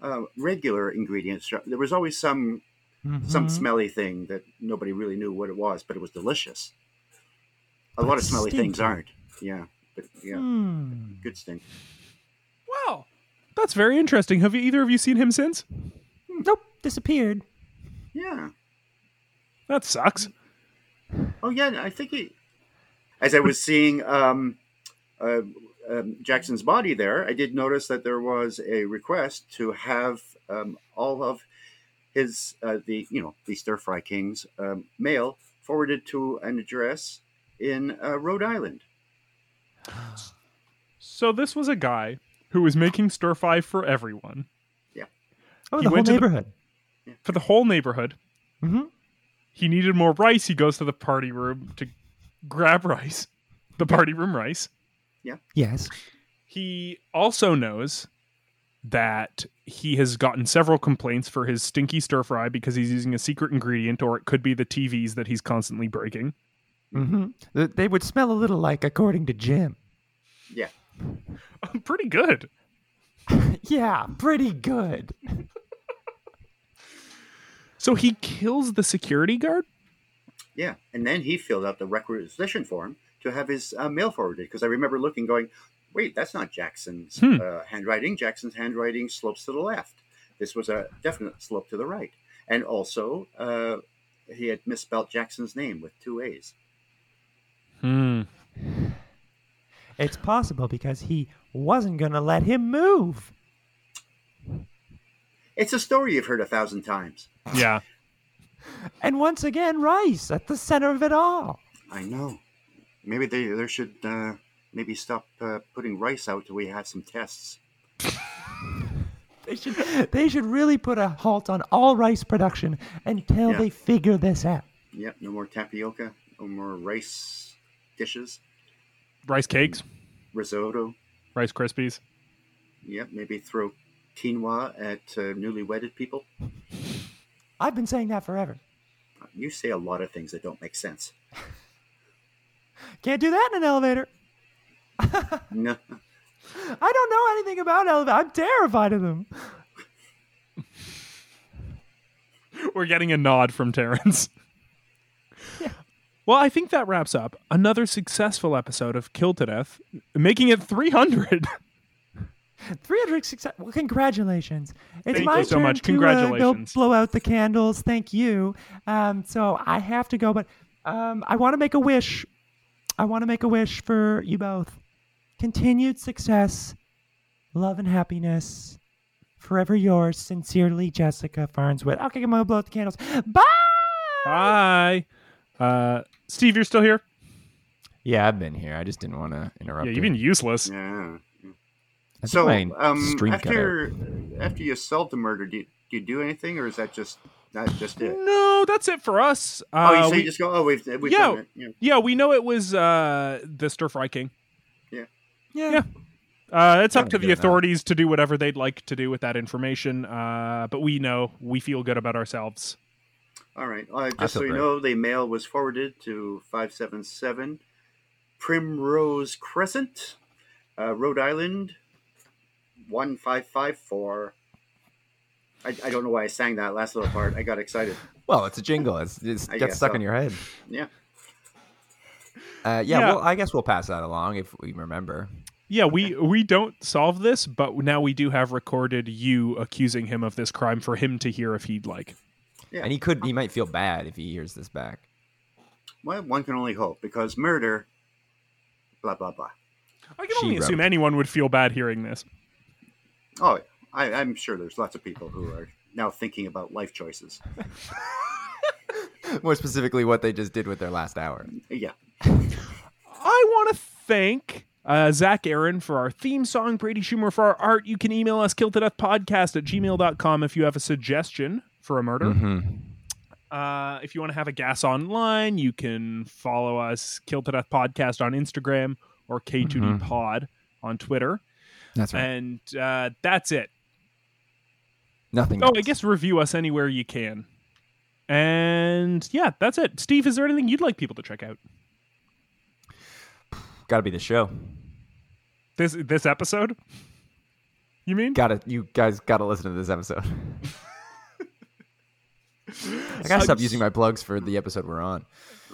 Speaker 3: uh, regular ingredients. There was always some some
Speaker 4: Mhm.
Speaker 2: Mm-hmm.
Speaker 3: smelly thing that nobody really knew what it was, but it was delicious. A lot
Speaker 4: But
Speaker 3: of smelly things
Speaker 4: stinky.
Speaker 3: aren't. Yeah, but yeah,
Speaker 2: Mm.
Speaker 4: Hmm.
Speaker 3: good stink.
Speaker 2: Wow. That's very interesting. Have you, either of you seen him since?
Speaker 4: Nope, disappeared.
Speaker 3: Yeah.
Speaker 2: That sucks.
Speaker 3: Oh yeah, I think he. As I was seeing um, uh, um, Jackson's body there, I did notice that there was a request to have um, all of his uh, the you know the stir fry kings um, mail forwarded to an address in uh, Rhode Island.
Speaker 2: So this was a guy who was making stir fry for everyone,
Speaker 4: Oh,
Speaker 2: He
Speaker 4: the whole
Speaker 2: went to the-
Speaker 4: neighborhood.
Speaker 2: for the whole neighborhood.
Speaker 4: Mhm.
Speaker 2: He needed more rice. He goes to the party room to grab rice, the party room rice.
Speaker 4: Yes.
Speaker 2: He also knows that he has gotten several complaints for his stinky stir fry because he's using a secret ingredient, or it could be the TVs that he's constantly breaking.
Speaker 4: Mm-hmm. They would smell a little like, according to Jim.
Speaker 3: Yeah.
Speaker 2: Pretty good.
Speaker 4: yeah, pretty good.
Speaker 2: So he kills the security guard.
Speaker 3: Yeah, and then he filled out the requisition form to have his uh, mail forwarded because I remember looking, going, "Wait, that's not Jackson's
Speaker 2: Hmm.
Speaker 3: uh, handwriting. Jackson's handwriting slopes to the left. This was a definite slope to the right." And also, uh, he had misspelled Jackson's name with two A's.
Speaker 2: Hmm.
Speaker 4: It's possible because he wasn't going to let him move.
Speaker 3: It's a story you've heard a thousand times.
Speaker 2: Yeah.
Speaker 4: And once again, rice at the center of it all.
Speaker 3: I know. Maybe they there should uh, maybe stop uh, putting rice out till we have some tests.
Speaker 4: They should, they should really put a halt on all rice production until
Speaker 3: Yeah.
Speaker 4: they figure this out.
Speaker 3: Yep, no more tapioca, no more rice dishes,
Speaker 2: Rice cakes,
Speaker 3: risotto.
Speaker 2: Rice Krispies.
Speaker 3: Yep, maybe throw quinoa at uh, newly wedded people.
Speaker 4: I've been saying that forever.
Speaker 3: You say a lot of things that don't make sense.
Speaker 4: Can't do that in an elevator.
Speaker 3: No,
Speaker 4: I don't know anything about elevator. I'm terrified of them.
Speaker 2: We're getting a nod from Terrence. Well, I think that wraps up another successful episode of Kill to Death, making it 300.
Speaker 4: 300 success. Well, congratulations. It's
Speaker 2: Thank
Speaker 4: my
Speaker 2: you so
Speaker 4: turn
Speaker 2: much.
Speaker 4: to, uh,
Speaker 2: Congratulations.
Speaker 4: go blow out the candles. Thank you. Um, so I have to go, but um, I want to make a wish. I want to make a wish for you both. Continued success, love, and happiness. Forever yours, sincerely, Jessica Farnsworth. Okay, I'm going to blow out the candles. Bye!
Speaker 2: Hi. Uh, Steve, you're still here?
Speaker 1: Yeah, I've been here. I just didn't want to interrupt.
Speaker 2: Yeah, you've been useless.
Speaker 1: I
Speaker 3: yeah.
Speaker 1: think
Speaker 3: So,
Speaker 1: my
Speaker 3: um,
Speaker 1: stream cut out.
Speaker 3: after after you solve the murder, do you, do you do anything, or is that just that just it?
Speaker 2: No, that's it for us. Uh,
Speaker 3: oh, you, so
Speaker 2: we-
Speaker 3: you just go. Oh, we've we've
Speaker 2: Yeah.
Speaker 3: done it. Yeah.
Speaker 2: yeah, we know it was uh, the Stir Fry King. Yeah. Uh,
Speaker 3: Oh,
Speaker 2: it's up to
Speaker 1: good
Speaker 2: the
Speaker 1: enough.
Speaker 2: authorities to do whatever they'd like to do with that information. Uh, but we know we feel good about ourselves.
Speaker 3: All right. Uh, just so
Speaker 1: feel
Speaker 3: you
Speaker 1: great.
Speaker 3: know, the mail was forwarded to 577 Primrose Crescent, uh, Rhode Island, 1554. I, I don't know why I sang that last little part. I got excited.
Speaker 1: Well, it's a jingle. It's, it's
Speaker 3: I
Speaker 1: gets
Speaker 3: guess
Speaker 1: stuck
Speaker 3: so.
Speaker 1: in your head.
Speaker 3: Yeah.
Speaker 1: Uh, yeah,
Speaker 2: Yeah.
Speaker 1: Well, I guess we'll pass that along if we remember.
Speaker 2: Yeah, we we don't solve this, but now we do have recorded you accusing him of this crime for him to hear if he'd like.
Speaker 3: Yeah.
Speaker 1: And he could. He might feel bad if he hears this back.
Speaker 3: Well, one can only hope because murder, blah, blah, blah.
Speaker 2: I can
Speaker 1: She
Speaker 2: only assume
Speaker 1: wrote.
Speaker 2: anyone would feel bad hearing this.
Speaker 3: Oh, I, I'm sure there's lots of people who are now thinking about life choices.
Speaker 1: More specifically, what they just did with their last hour.
Speaker 3: Yeah.
Speaker 2: I want to thank uh, Zach Aaron for our theme song, Brady Schumer for our art. You can email us kiltoddeathpodcast at gmail.com if you have a suggestion for a murder.
Speaker 1: Mm-hmm.
Speaker 2: Uh, if you want to have a gas online, you can follow us, Kill to Death Podcast on Instagram or K2D
Speaker 1: Mm-hmm.
Speaker 2: Pod on Twitter.
Speaker 1: That's
Speaker 2: And uh, that's it.
Speaker 1: Nothing.
Speaker 2: Oh, I
Speaker 1: else.
Speaker 2: guess review us anywhere you can. And yeah, that's it. Steve, is there anything you'd like people to check out
Speaker 1: Got to be the show.
Speaker 2: this this episode? You mean?
Speaker 1: Got to. You guys got to listen to this episode. I gotta
Speaker 2: So-
Speaker 1: stop using my plugs for the episode we're on.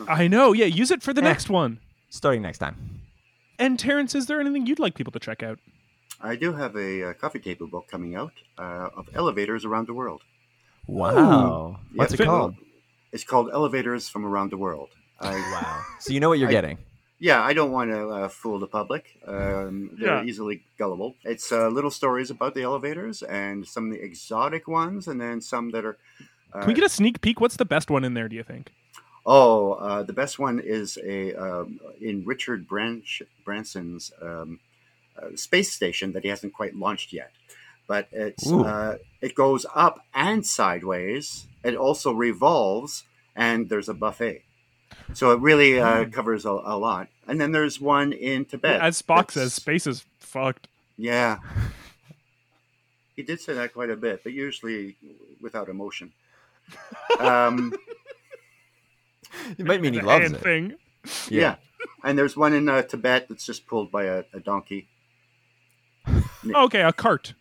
Speaker 2: I know. Yeah, use it for the
Speaker 1: Yeah.
Speaker 2: next one.
Speaker 1: Starting next time.
Speaker 2: And Terrence, is there anything you'd like people to check out?
Speaker 3: I do have a uh, coffee table book coming out uh, of elevators around the world.
Speaker 1: Wow. What's
Speaker 3: Yep.
Speaker 1: it called?
Speaker 3: It's called Elevators from Around the World. I,
Speaker 1: Wow. So you know what you're
Speaker 3: I-
Speaker 1: getting.
Speaker 3: yeah, I don't want to uh, fool the public. Um, they're
Speaker 2: Yeah.
Speaker 3: easily gullible. It's uh, little stories about the elevators and some of the exotic ones, and then some that are. Uh,
Speaker 2: Can we get a sneak peek? What's the best one in there? Do you think?
Speaker 3: oh, uh, the best one is a um, in Richard Branch Branson's um, uh, space station that he hasn't quite launched yet, but it's
Speaker 1: Ooh.
Speaker 3: uh, it goes up and sideways. It also revolves, and there's a buffet. So it really uh, covers a, a lot. And then there's one in Tibet.
Speaker 2: As Spock
Speaker 3: that's-
Speaker 2: says, space is fucked.
Speaker 3: Yeah. He did say that quite a bit, but usually without emotion. Um,
Speaker 1: It might mean he
Speaker 2: The
Speaker 1: loves
Speaker 2: hand
Speaker 1: it.
Speaker 2: Thing.
Speaker 3: yeah. And there's one in uh, Tibet that's just pulled by a, a donkey.
Speaker 2: Okay, a cart.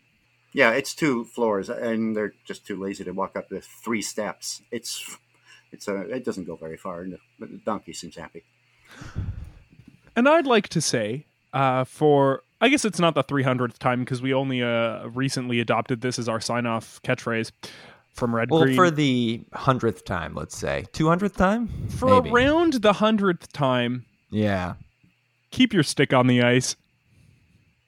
Speaker 3: Yeah, it's two floors, and they're just too lazy to walk up the three steps. It's it's a, it doesn't go very far, and the, but the donkey seems happy.
Speaker 2: And I'd like to say, uh, for I guess it's not the 300th time because we only uh, recently adopted this as our sign-off catchphrase from Red
Speaker 1: Well,
Speaker 2: Green.
Speaker 1: for the hundredth time, let's say two hundredth time.
Speaker 2: For
Speaker 1: Maybe.
Speaker 2: around the hundredth time,
Speaker 1: Yeah.
Speaker 2: keep your stick on the ice.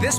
Speaker 5: This